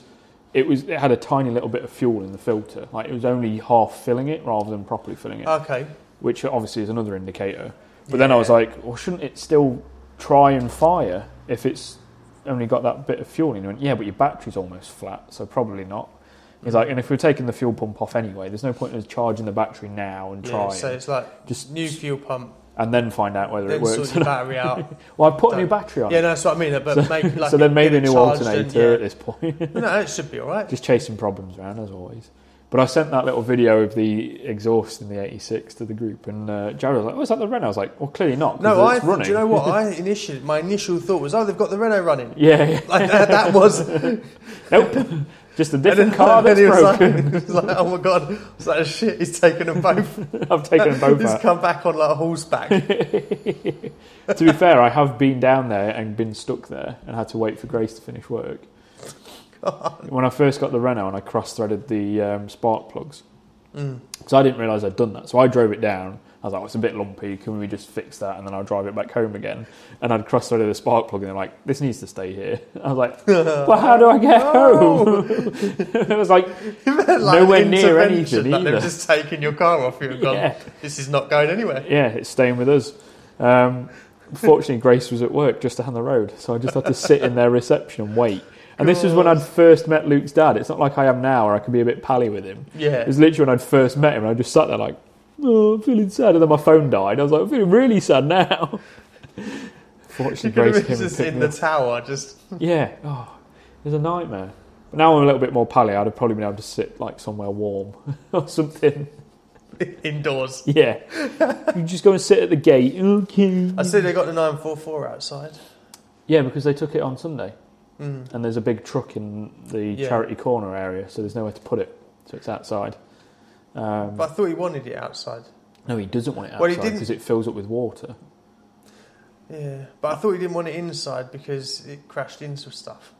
Speaker 1: it was it had a tiny little bit of fuel in the filter. Like, it was only half filling it rather than properly filling it,
Speaker 2: Okay,
Speaker 1: which obviously is another indicator. But then I was like, well, shouldn't it still try and fire if it's only got that bit of fuel? And he went, yeah, but your battery's almost flat, so probably not.
Speaker 2: Mm.
Speaker 1: He's like, and if we're taking the fuel pump off anyway, there's no point in us charging the battery now and
Speaker 2: yeah,
Speaker 1: trying,
Speaker 2: so it's like
Speaker 1: just
Speaker 2: new fuel pump,
Speaker 1: and then find out whether it
Speaker 2: then
Speaker 1: works. Or
Speaker 2: sort your
Speaker 1: not.
Speaker 2: battery out.
Speaker 1: Well, I put a new
Speaker 2: Don't-
Speaker 1: battery on.
Speaker 2: yeah, no, that's what I mean. But make like
Speaker 1: so then
Speaker 2: it-
Speaker 1: maybe a
Speaker 2: get it
Speaker 1: new
Speaker 2: charged
Speaker 1: alternator
Speaker 2: and,
Speaker 1: at this point.
Speaker 2: yeah. No, it should be all right.
Speaker 1: just chasing problems around as always. But I sent that little video of the exhaust in the 86 to the group, and uh, Jared was like, "Oh, is that the Renault?" I was like, "Well, clearly not. 'cause
Speaker 2: No, I.
Speaker 1: it's running."
Speaker 2: Do you know what? I initially, my initial thought was, oh, they've got the Renault running.
Speaker 1: yeah, yeah.
Speaker 2: Like that, that was
Speaker 1: Nope. Just a
Speaker 2: And
Speaker 1: different
Speaker 2: then-
Speaker 1: car
Speaker 2: and then
Speaker 1: that's
Speaker 2: he was
Speaker 1: broken.
Speaker 2: Like, he was like, oh my god, it's like shit. He's taken them both.
Speaker 1: I've taken them both
Speaker 2: he's
Speaker 1: out.
Speaker 2: come back on like horseback.
Speaker 1: to be fair, I have been down there and been stuck there and had to wait for Grace to finish work. When I first got the Renault and I cross-threaded the um, spark plugs,
Speaker 2: Mm.
Speaker 1: because I didn't realise I'd done that, so I drove it down. I was like, oh, it's a bit lumpy. Can we just fix that? And then I'll drive it back home again. And I'd cross-threaded the spark plug, and they're like, "This needs to stay here." I was like, "Well, how do I get home?" it was like,
Speaker 2: like
Speaker 1: Nowhere near
Speaker 2: intervention,
Speaker 1: anything
Speaker 2: like
Speaker 1: either.
Speaker 2: They've just taken your car off you and gone.
Speaker 1: Yeah.
Speaker 2: This is not going anywhere.
Speaker 1: yeah, it's staying with us. Um, fortunately, Grace was at work just down the road, so I just had to sit in their reception and wait. And this was when I'd first met Luke's dad. It's not like I am now, where I can be a bit pally with him. It
Speaker 2: Yeah,
Speaker 1: was literally when I'd first met him, and I just sat there like, "Oh, I'm feeling sad." And then my phone died. I was like, "I'm feeling really sad now." Fortunately,
Speaker 2: you can
Speaker 1: Grace
Speaker 2: imagine
Speaker 1: came and
Speaker 2: just
Speaker 1: picked
Speaker 2: in
Speaker 1: me
Speaker 2: the
Speaker 1: up.
Speaker 2: tower. Just
Speaker 1: Yeah, oh, it was a nightmare. But now I'm a little bit more pally. I'd have probably been able to sit like somewhere warm or something.
Speaker 2: indoors.
Speaker 1: Yeah, you just go and sit at the gate. Okay.
Speaker 2: I see they got the nine four four outside.
Speaker 1: Yeah, because they took it on Sunday,
Speaker 2: Mm.
Speaker 1: and there's a big truck in the
Speaker 2: Yeah.
Speaker 1: charity corner area, so there's nowhere to put it, so it's outside. Um,
Speaker 2: But I thought he wanted it outside.
Speaker 1: no, he doesn't want it
Speaker 2: Well, he
Speaker 1: outside
Speaker 2: didn't-
Speaker 1: because it fills up with water.
Speaker 2: Yeah, but I thought he didn't want it inside because it crashed into stuff,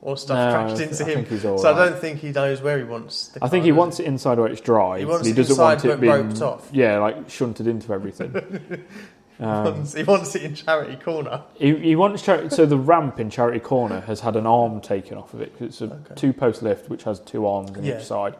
Speaker 2: or stuff
Speaker 1: No,
Speaker 2: crashed
Speaker 1: I
Speaker 2: into
Speaker 1: think
Speaker 2: him.
Speaker 1: he's all
Speaker 2: So I
Speaker 1: right.
Speaker 2: don't think he knows where he wants. The
Speaker 1: I think
Speaker 2: car,
Speaker 1: he
Speaker 2: does
Speaker 1: wants it inside where it's dry.
Speaker 2: He wants
Speaker 1: but he
Speaker 2: it
Speaker 1: doesn't
Speaker 2: inside
Speaker 1: want it
Speaker 2: but
Speaker 1: being
Speaker 2: roped off.
Speaker 1: yeah, like shunted into everything.
Speaker 2: He
Speaker 1: um,
Speaker 2: wants, he wants it in charity corner.
Speaker 1: he, he wants charity. So the ramp in charity corner has had an arm taken off of it 'cause it's a
Speaker 2: Okay.
Speaker 1: two-post lift which has two arms on
Speaker 2: Yeah.
Speaker 1: each side,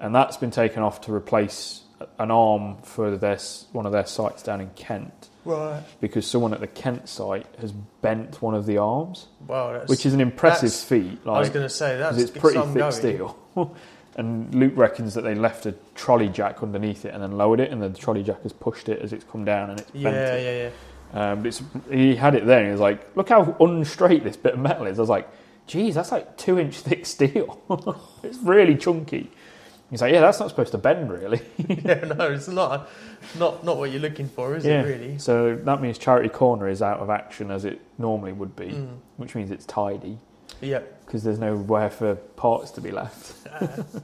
Speaker 1: and that's been taken off to replace an arm for their s- one of their sites down in Kent.
Speaker 2: Right.
Speaker 1: because someone at the Kent site has bent one of the arms,
Speaker 2: Wow, that's,
Speaker 1: which is an impressive
Speaker 2: that's-
Speaker 1: feat.
Speaker 2: I was
Speaker 1: Like,
Speaker 2: going to say
Speaker 1: 'cause
Speaker 2: that's
Speaker 1: it's pretty
Speaker 2: some
Speaker 1: thick
Speaker 2: going.
Speaker 1: steel. and Luke reckons that they left a trolley jack underneath it and then lowered it, and then the trolley jack has pushed it as it's come down and it's
Speaker 2: Yeah,
Speaker 1: bent
Speaker 2: yeah,
Speaker 1: it.
Speaker 2: yeah.
Speaker 1: Um, but it's, he had it there, and he was like, "Look how unstraight this bit of metal is." I was like, "Geez, that's like two-inch thick steel. it's really chunky." He's like, "Yeah, that's not supposed to bend, really."
Speaker 2: yeah, no, it's not, not, not what you're looking for, is
Speaker 1: Yeah.
Speaker 2: it? Really.
Speaker 1: So that means Charity Corner is out of action as it normally would be,
Speaker 2: Mm.
Speaker 1: which means it's tidy.
Speaker 2: Yeah.
Speaker 1: because there's nowhere for parts to be left.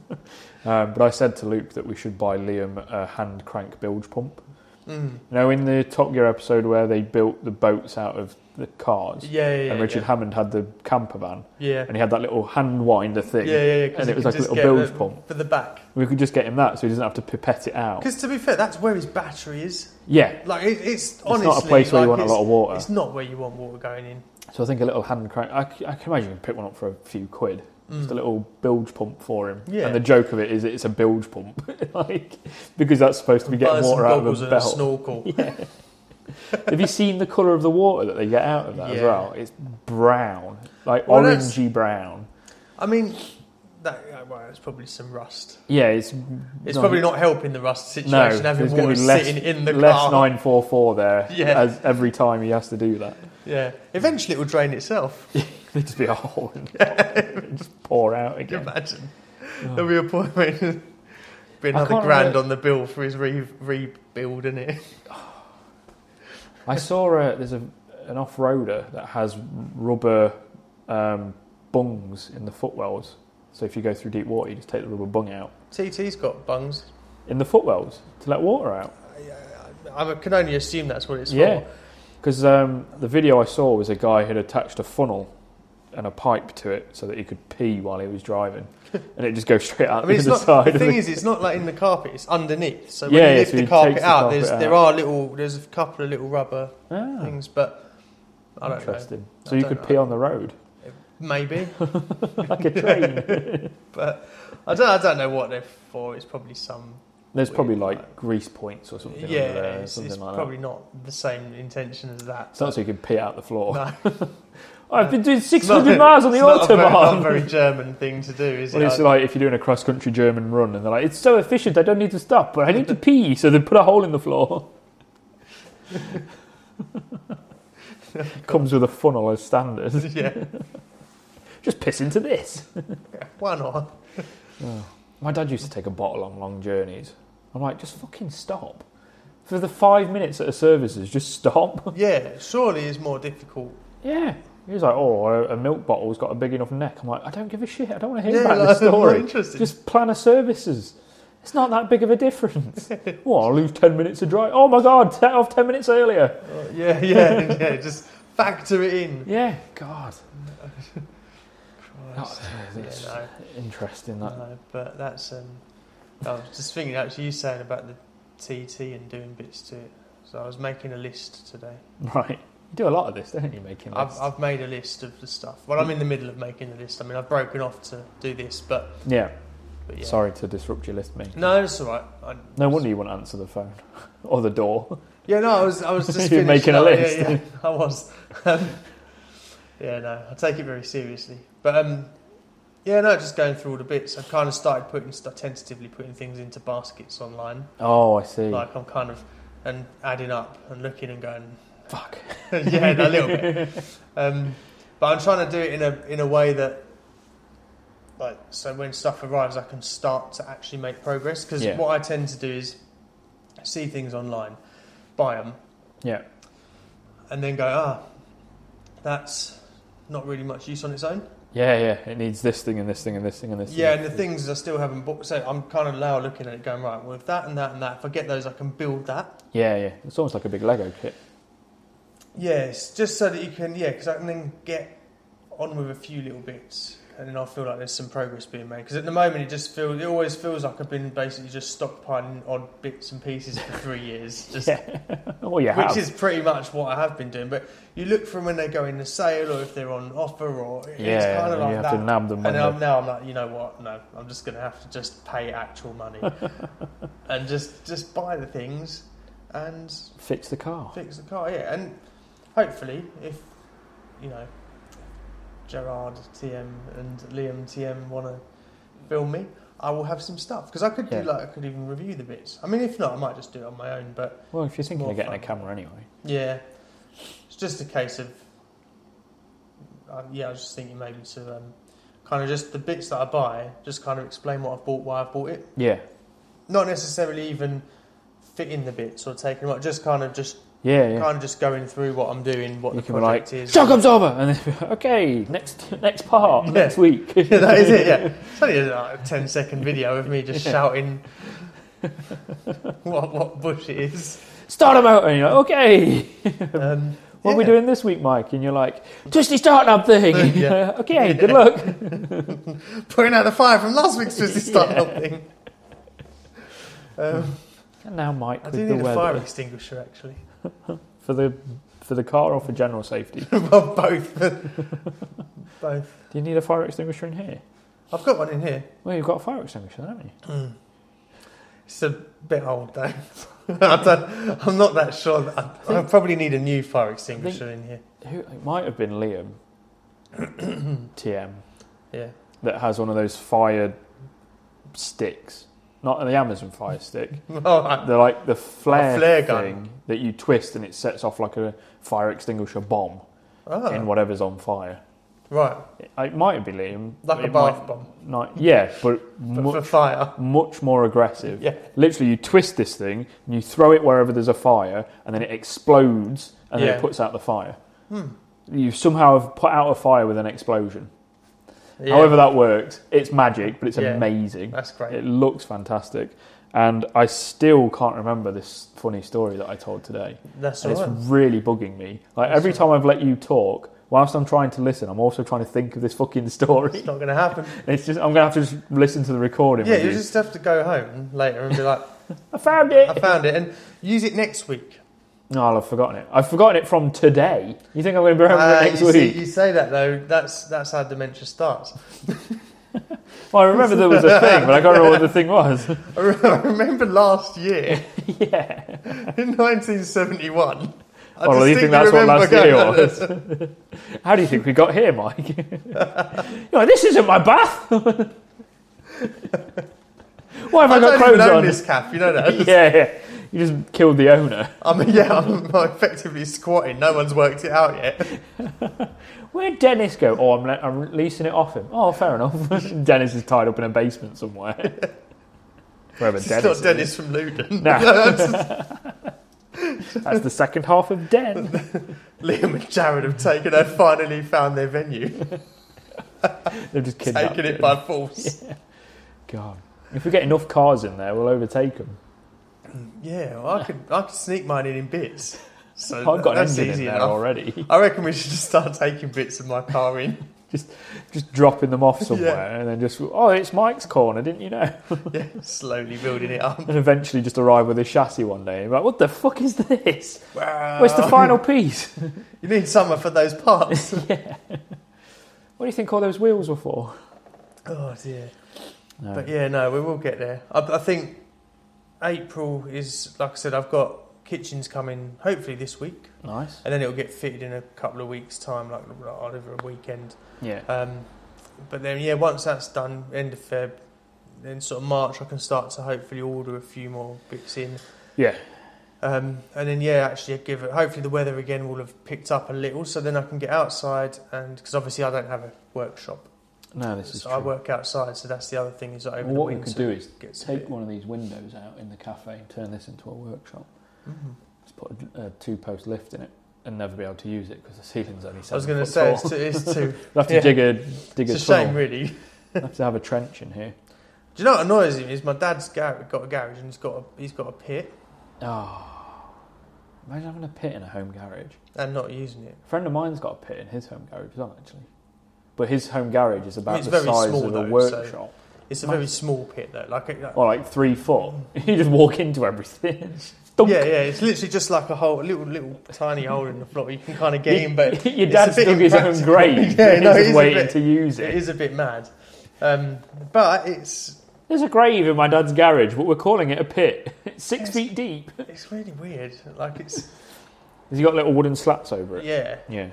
Speaker 1: um, but I said to Luke that we should buy Liam a hand crank bilge pump.
Speaker 2: Mm.
Speaker 1: You know, in the Top Gear episode where they built the boats out of the cars,
Speaker 2: Yeah, yeah, yeah.
Speaker 1: and Richard
Speaker 2: yeah.
Speaker 1: Hammond had the camper van,
Speaker 2: Yeah.
Speaker 1: and he had that little hand winder
Speaker 2: Yeah,
Speaker 1: thing.
Speaker 2: yeah, yeah. 'cause
Speaker 1: and
Speaker 2: you
Speaker 1: it was
Speaker 2: can
Speaker 1: like a
Speaker 2: just
Speaker 1: little
Speaker 2: get
Speaker 1: bilge
Speaker 2: the-
Speaker 1: pump.
Speaker 2: for the back.
Speaker 1: We could just get him that, so he doesn't have to pipette it out.
Speaker 2: Because to be fair, that's where his battery is.
Speaker 1: Yeah,
Speaker 2: Like it, it's
Speaker 1: it's
Speaker 2: honestly
Speaker 1: not a place where
Speaker 2: like,
Speaker 1: you want a
Speaker 2: it's-
Speaker 1: lot of water.
Speaker 2: It's not where you want water going in.
Speaker 1: So I think a little hand crank. I, c- I can imagine you can pick one up for a few quid.
Speaker 2: Mm.
Speaker 1: Just a little bilge pump for him.
Speaker 2: Yeah.
Speaker 1: And the joke of it is it's a bilge pump, like because that's supposed to be getting
Speaker 2: Buy some
Speaker 1: water out
Speaker 2: goggles
Speaker 1: of a
Speaker 2: and a
Speaker 1: belt.
Speaker 2: snorkel.
Speaker 1: Yeah. Have you seen the colour of the water that they get out of that as
Speaker 2: Yeah.
Speaker 1: well? It's brown, like
Speaker 2: Well, that's-
Speaker 1: orangey brown.
Speaker 2: I mean, that uh, well, it's probably some rust.
Speaker 1: Yeah, it's
Speaker 2: It's probably not helping the rust
Speaker 1: no.
Speaker 2: situation having
Speaker 1: there's gonna
Speaker 2: water
Speaker 1: be less,
Speaker 2: sitting in the
Speaker 1: less
Speaker 2: car.
Speaker 1: nine four four there.
Speaker 2: Yeah.
Speaker 1: as every time he has to do that,
Speaker 2: Yeah, eventually it will drain itself.
Speaker 1: they just be a hole in the top and it just pour out
Speaker 2: Can you
Speaker 1: again.
Speaker 2: imagine? There'll be a point where it'll
Speaker 1: I
Speaker 2: be another
Speaker 1: can't
Speaker 2: grand
Speaker 1: remember-
Speaker 2: on the bill for his re- rebuild, in it?
Speaker 1: I saw a, there's a, an off roader that has rubber um, bungs in the footwells. So if you go through deep water, you just take the rubber bung out
Speaker 2: TT's got bungs.
Speaker 1: in the footwells to let water out.
Speaker 2: I, I can only assume that's what it's
Speaker 1: Yeah.
Speaker 2: for.
Speaker 1: Because um, the video I saw was a guy had attached a funnel and a pipe to it so that he could pee while he was driving, and it just goes straight out
Speaker 2: I mean,
Speaker 1: the
Speaker 2: it's
Speaker 1: other
Speaker 2: not,
Speaker 1: side.
Speaker 2: the
Speaker 1: of
Speaker 2: thing
Speaker 1: it.
Speaker 2: is, it's not like in the carpet; it's underneath. So when
Speaker 1: Yeah,
Speaker 2: you
Speaker 1: yeah,
Speaker 2: lift
Speaker 1: so
Speaker 2: the
Speaker 1: he
Speaker 2: carpet
Speaker 1: takes the
Speaker 2: out,
Speaker 1: carpet
Speaker 2: there's there are little, there's a couple of little rubber
Speaker 1: Ah,
Speaker 2: things, but I don't know.
Speaker 1: interesting. So
Speaker 2: I
Speaker 1: you
Speaker 2: don't
Speaker 1: could
Speaker 2: know.
Speaker 1: pee on the road
Speaker 2: Maybe,
Speaker 1: like a train.
Speaker 2: but I don't. I don't know what they're for. It's probably some.
Speaker 1: There's
Speaker 2: Weird,
Speaker 1: probably like
Speaker 2: like-
Speaker 1: grease points or something. under
Speaker 2: yeah,
Speaker 1: there,
Speaker 2: it's,
Speaker 1: something
Speaker 2: it's
Speaker 1: like
Speaker 2: probably not the same intention as that.
Speaker 1: that. It's not so you can pee out the floor.
Speaker 2: No,
Speaker 1: I've been doing
Speaker 2: it's not-
Speaker 1: 600 miles on the
Speaker 2: it's not a very-
Speaker 1: autobahn.
Speaker 2: Not a very German thing to do, is
Speaker 1: Well,
Speaker 2: it?
Speaker 1: it's
Speaker 2: I-
Speaker 1: like if you're doing a cross-country German run, and they're like, "It's so efficient, I don't need to stop, but I need to pee," so they put a hole in the floor. Comes with a funnel as standard.
Speaker 2: yeah,
Speaker 1: Just piss into this.
Speaker 2: why not?
Speaker 1: My dad used to take a bottle on long journeys. I'm like, just fucking stop. For the five minutes at a services, just stop.
Speaker 2: Yeah, surely it's more difficult.
Speaker 1: yeah. He was like, oh, a, a milk bottle's got a big enough neck. I'm like, I don't give a shit. I don't want to hear
Speaker 2: yeah,
Speaker 1: about
Speaker 2: like,
Speaker 1: this
Speaker 2: I'm not
Speaker 1: story.
Speaker 2: interested.
Speaker 1: Just planner services. It's not that big of a difference. well, I'll lose 10 minutes to drive. Oh my God, set off 10 minutes earlier.
Speaker 2: Uh, yeah, yeah, yeah. Just factor it in.
Speaker 1: Yeah, God.
Speaker 2: Christ. Yeah,
Speaker 1: That's
Speaker 2: no,
Speaker 1: interesting, that.
Speaker 2: no, but that's. Um, I was just thinking actually, you saying about the TT and doing bits to it. So I was making a list today.
Speaker 1: Right. You do a lot of this, don't you, making
Speaker 2: I've,
Speaker 1: lists?
Speaker 2: I've made a list of the stuff. Well, I'm in the middle of making the list. I mean, I've broken off to do this, but,
Speaker 1: Yeah.
Speaker 2: but yeah.
Speaker 1: Sorry to disrupt your list, mate.
Speaker 2: No, it's all right. I,
Speaker 1: No wonder you wouldn't answer the phone or the door.
Speaker 2: Yeah, no, I was, I was just
Speaker 1: You're
Speaker 2: finishing
Speaker 1: making a
Speaker 2: up.
Speaker 1: list.
Speaker 2: Yeah, yeah, I was. Um, yeah, no, I take it very seriously. But um, yeah, no, just going through all the bits. I've kind of started putting stuff, tentatively putting things into baskets online.
Speaker 1: Oh, I see.
Speaker 2: Like I'm kind of and adding up and looking and going,
Speaker 1: Fuck.
Speaker 2: yeah, no, a little bit. Um, but I'm trying to do it in a in a way that, like, so when stuff arrives, I can start to actually make progress. Because
Speaker 1: Yeah.
Speaker 2: what I tend to do is see things online, buy them,
Speaker 1: Yeah.
Speaker 2: and then go, ah, that's not really much use on its own.
Speaker 1: Yeah, yeah. It needs this thing and this thing and this thing and this
Speaker 2: yeah,
Speaker 1: thing.
Speaker 2: and the things I still haven't bought, so I'm kind of now looking at it going, right, well, if that and that and that, if I get those, I can build that.
Speaker 1: Yeah, yeah. It's almost like a big Lego kit.
Speaker 2: Yes, just so that you can, yeah, because I can then get on with a few little bits. And then I feel like there's some progress being made because at the moment it just feels it always feels like I've been basically just stockpiling odd bits and pieces for three years, just
Speaker 1: Oh, you
Speaker 2: which
Speaker 1: have.
Speaker 2: is pretty much what I have been doing. But you look for 'em when they go in the sale or if they're on offer, or it's
Speaker 1: yeah,
Speaker 2: kind of
Speaker 1: and
Speaker 2: like
Speaker 1: you have
Speaker 2: that.
Speaker 1: to nab them.
Speaker 2: And
Speaker 1: when
Speaker 2: now,
Speaker 1: they-
Speaker 2: now I'm like, you know what? No, I'm just going to have to just pay actual money and just just buy the things and
Speaker 1: fix the car.
Speaker 2: fix the car. Yeah, and hopefully, if you know Gerard TM and Liam TM want to film me, I will have some stuff because I could do
Speaker 1: Yeah.
Speaker 2: like I could even review the bits. I mean, if not, I might just do it on my own. But
Speaker 1: Well, if you're thinking
Speaker 2: more
Speaker 1: of getting a
Speaker 2: fun.
Speaker 1: camera anyway.
Speaker 2: yeah, it's just a case of um, yeah. I was just thinking maybe to. Um, Kind of just the bits that I buy, just kind of explain what I've bought, why I've bought it.
Speaker 1: Yeah.
Speaker 2: Not necessarily even fitting the bits or taking them out, just kind of just
Speaker 1: Yeah, yeah.
Speaker 2: kind of just going through what I'm doing, what
Speaker 1: you
Speaker 2: the
Speaker 1: can be
Speaker 2: project
Speaker 1: like,
Speaker 2: is.
Speaker 1: shock absorber! And then, okay, next next part,
Speaker 2: Yeah.
Speaker 1: next week.
Speaker 2: yeah, that is it. Yeah, it's only like a 10 second video of me just shouting what what bush it is.
Speaker 1: Start 'em out! And you're like, okay,
Speaker 2: Um,
Speaker 1: what are we
Speaker 2: yeah.
Speaker 1: doing this week, Mike? And you're like, twisty startup thing!
Speaker 2: Yeah.
Speaker 1: okay,
Speaker 2: Yeah.
Speaker 1: good luck.
Speaker 2: Putting out the fire from last week's Twisty Start
Speaker 1: Yeah.
Speaker 2: thing. Um,
Speaker 1: And now, Mike,
Speaker 2: I
Speaker 1: with
Speaker 2: do
Speaker 1: the
Speaker 2: need a
Speaker 1: weather.
Speaker 2: fire extinguisher actually.
Speaker 1: For the for the car or for general safety?
Speaker 2: well, both. both.
Speaker 1: Do you need a fire extinguisher in here?
Speaker 2: I've got one in here. Hmm.
Speaker 1: Well, you've got a fire extinguisher, haven't you?
Speaker 2: It's a bit old though. I don't, I'm not that sure. That I, I probably need a new fire extinguisher in here.
Speaker 1: Who, it might have been Liam, TM,
Speaker 2: Yeah.
Speaker 1: that has one of those fire sticks. Not the Amazon fire stick.
Speaker 2: All right.
Speaker 1: They're like the flare,
Speaker 2: flare gun.
Speaker 1: thing that you twist and it sets off like a fire extinguisher bomb
Speaker 2: Ah,
Speaker 1: in whatever's on fire.
Speaker 2: right.
Speaker 1: It, it might have been Liam.
Speaker 2: Like a
Speaker 1: it might
Speaker 2: bath bomb
Speaker 1: not- yeah, but
Speaker 2: but
Speaker 1: much,
Speaker 2: for fire.
Speaker 1: much more aggressive.
Speaker 2: Yeah.
Speaker 1: Literally, you twist this thing and you throw it wherever there's a fire, and then it explodes and then
Speaker 2: Yeah.
Speaker 1: it puts out the fire.
Speaker 2: Hmm.
Speaker 1: You somehow have put out a fire with an explosion.
Speaker 2: Yeah,
Speaker 1: However, that worked. It's magic, but it's
Speaker 2: Yeah.
Speaker 1: amazing.
Speaker 2: that's great.
Speaker 1: It looks fantastic. And I still can't remember this funny story that I told today.
Speaker 2: that's
Speaker 1: and
Speaker 2: all
Speaker 1: it's
Speaker 2: right.
Speaker 1: really bugging me. Like,
Speaker 2: That's
Speaker 1: every
Speaker 2: all
Speaker 1: time I've let you talk, whilst I'm trying to listen, I'm also trying to think of this fucking story.
Speaker 2: It's not going to happen.
Speaker 1: It's just, I'm going to have to just listen to the recording.
Speaker 2: Yeah,
Speaker 1: with
Speaker 2: you
Speaker 1: you.
Speaker 2: just have to go home later and be like,
Speaker 1: I found it.
Speaker 2: I found it, and use it next week.
Speaker 1: No, I'll have forgotten it. I've forgotten it from today. You think I'm going to remember
Speaker 2: Ah,
Speaker 1: it next
Speaker 2: you,
Speaker 1: week?
Speaker 2: see- you say that though. That's that's how dementia starts.
Speaker 1: Well, I remember there was a thing, but I can't remember what the thing was.
Speaker 2: I re- I remember last year
Speaker 1: yeah.
Speaker 2: in 1971. I
Speaker 1: well, do you
Speaker 2: distinctly
Speaker 1: think that's what
Speaker 2: remember
Speaker 1: last
Speaker 2: going
Speaker 1: year
Speaker 2: like this.
Speaker 1: was? How do you think we got here, Mike? you know, this isn't my bath. Why have I,
Speaker 2: I
Speaker 1: got
Speaker 2: don't even own
Speaker 1: clothes
Speaker 2: this calf. You know that.
Speaker 1: on? Yeah, yeah. You just killed the owner.
Speaker 2: I mean, yeah, I'm effectively squatting. No one's worked it out yet.
Speaker 1: Where'd Dennis go? Oh, I'm, le- I'm leasing it off him. Oh, fair enough. Dennis is tied up in a basement somewhere. Wherever
Speaker 2: It's
Speaker 1: Dennis
Speaker 2: not
Speaker 1: is.
Speaker 2: Dennis from Luton.
Speaker 1: No. That's the second half of Den.
Speaker 2: Liam and Jared have taken. They finally found their venue,
Speaker 1: They've just kidnapped
Speaker 2: taking it
Speaker 1: him.
Speaker 2: by force.
Speaker 1: God. If we get enough cars in there, we'll overtake them.
Speaker 2: Yeah, well, I could I could sneak mine in in bits. So
Speaker 1: I've got an
Speaker 2: that's
Speaker 1: engine in
Speaker 2: easy
Speaker 1: there
Speaker 2: enough.
Speaker 1: already.
Speaker 2: I reckon we should just start taking bits of my car in.
Speaker 1: Just dropping them off somewhere and then just, oh, it's Mike's corner, didn't you know?
Speaker 2: yeah, slowly building it up.
Speaker 1: And eventually just arrive with a chassis one day. and be Like, what the fuck is this?
Speaker 2: Wow.
Speaker 1: Where's the final piece?
Speaker 2: You need someone for those parts.
Speaker 1: yeah. What do you think all those wheels were for?
Speaker 2: oh dear.
Speaker 1: No.
Speaker 2: But yeah, no, we will get there. I, I think April is, like I said, I've got kitchens coming hopefully this week,
Speaker 1: Nice.
Speaker 2: and then it'll get fitted in a couple of weeks' time, like, like over a weekend.
Speaker 1: Yeah.
Speaker 2: Um, but then, yeah, once that's done, end of Feb, then sort of March, I can start to hopefully order a few more bits in.
Speaker 1: Yeah.
Speaker 2: Um, and then yeah, actually, I'd give it. Hopefully, the weather again will have picked up a little, so then I can get outside and because obviously I don't have a workshop,
Speaker 1: No, this is
Speaker 2: so
Speaker 1: true.
Speaker 2: I work outside. So that's the other thing is that over
Speaker 1: Well,
Speaker 2: the
Speaker 1: what we
Speaker 2: winter
Speaker 1: could do is
Speaker 2: it gets a
Speaker 1: take
Speaker 2: bit-
Speaker 1: one of these windows out in the cafe and turn this into a workshop.
Speaker 2: Mhm.
Speaker 1: Just put a, a two-post lift in it and never be able to use it because the ceiling's only seven
Speaker 2: I was going to
Speaker 1: foot
Speaker 2: say it's
Speaker 1: tall.
Speaker 2: too. It's, too,
Speaker 1: We'll have to
Speaker 2: yeah.
Speaker 1: dig a dig
Speaker 2: it's a
Speaker 1: a
Speaker 2: shame,
Speaker 1: tunnel.
Speaker 2: really. Do
Speaker 1: We'll have to have a trench in here.
Speaker 2: you know what annoys me is my dad's gar- got a garage and he's got a, he's got a pit
Speaker 1: Oh, imagine having a pit in a home garage.
Speaker 2: and not using it.
Speaker 1: A friend of mine's got a pit in his home garage as well, actually. But his home garage is about
Speaker 2: It's
Speaker 1: the
Speaker 2: very
Speaker 1: size
Speaker 2: small,
Speaker 1: of
Speaker 2: though,
Speaker 1: a
Speaker 2: so-
Speaker 1: workshop,
Speaker 2: It's a
Speaker 1: Mate.
Speaker 2: very small pit though, like, like
Speaker 1: or like three foot. You just walk into everything. Dunk.
Speaker 2: yeah, yeah. It's literally just like a hole, a little little tiny hole in the floor. You can kind of get in, but
Speaker 1: your
Speaker 2: it's a
Speaker 1: dad's
Speaker 2: bit
Speaker 1: dug his own
Speaker 2: impractical.
Speaker 1: grave.
Speaker 2: Yeah,
Speaker 1: he's
Speaker 2: no, it
Speaker 1: just
Speaker 2: is a
Speaker 1: waiting
Speaker 2: bit-
Speaker 1: to use
Speaker 2: It
Speaker 1: it.
Speaker 2: is a bit mad. Um, but it's
Speaker 1: There's a grave in my dad's garage, but we're calling it a pit. It's six feet deep.
Speaker 2: it's really weird. Like it's
Speaker 1: Has he got little wooden slats over it?
Speaker 2: yeah,
Speaker 1: Yeah.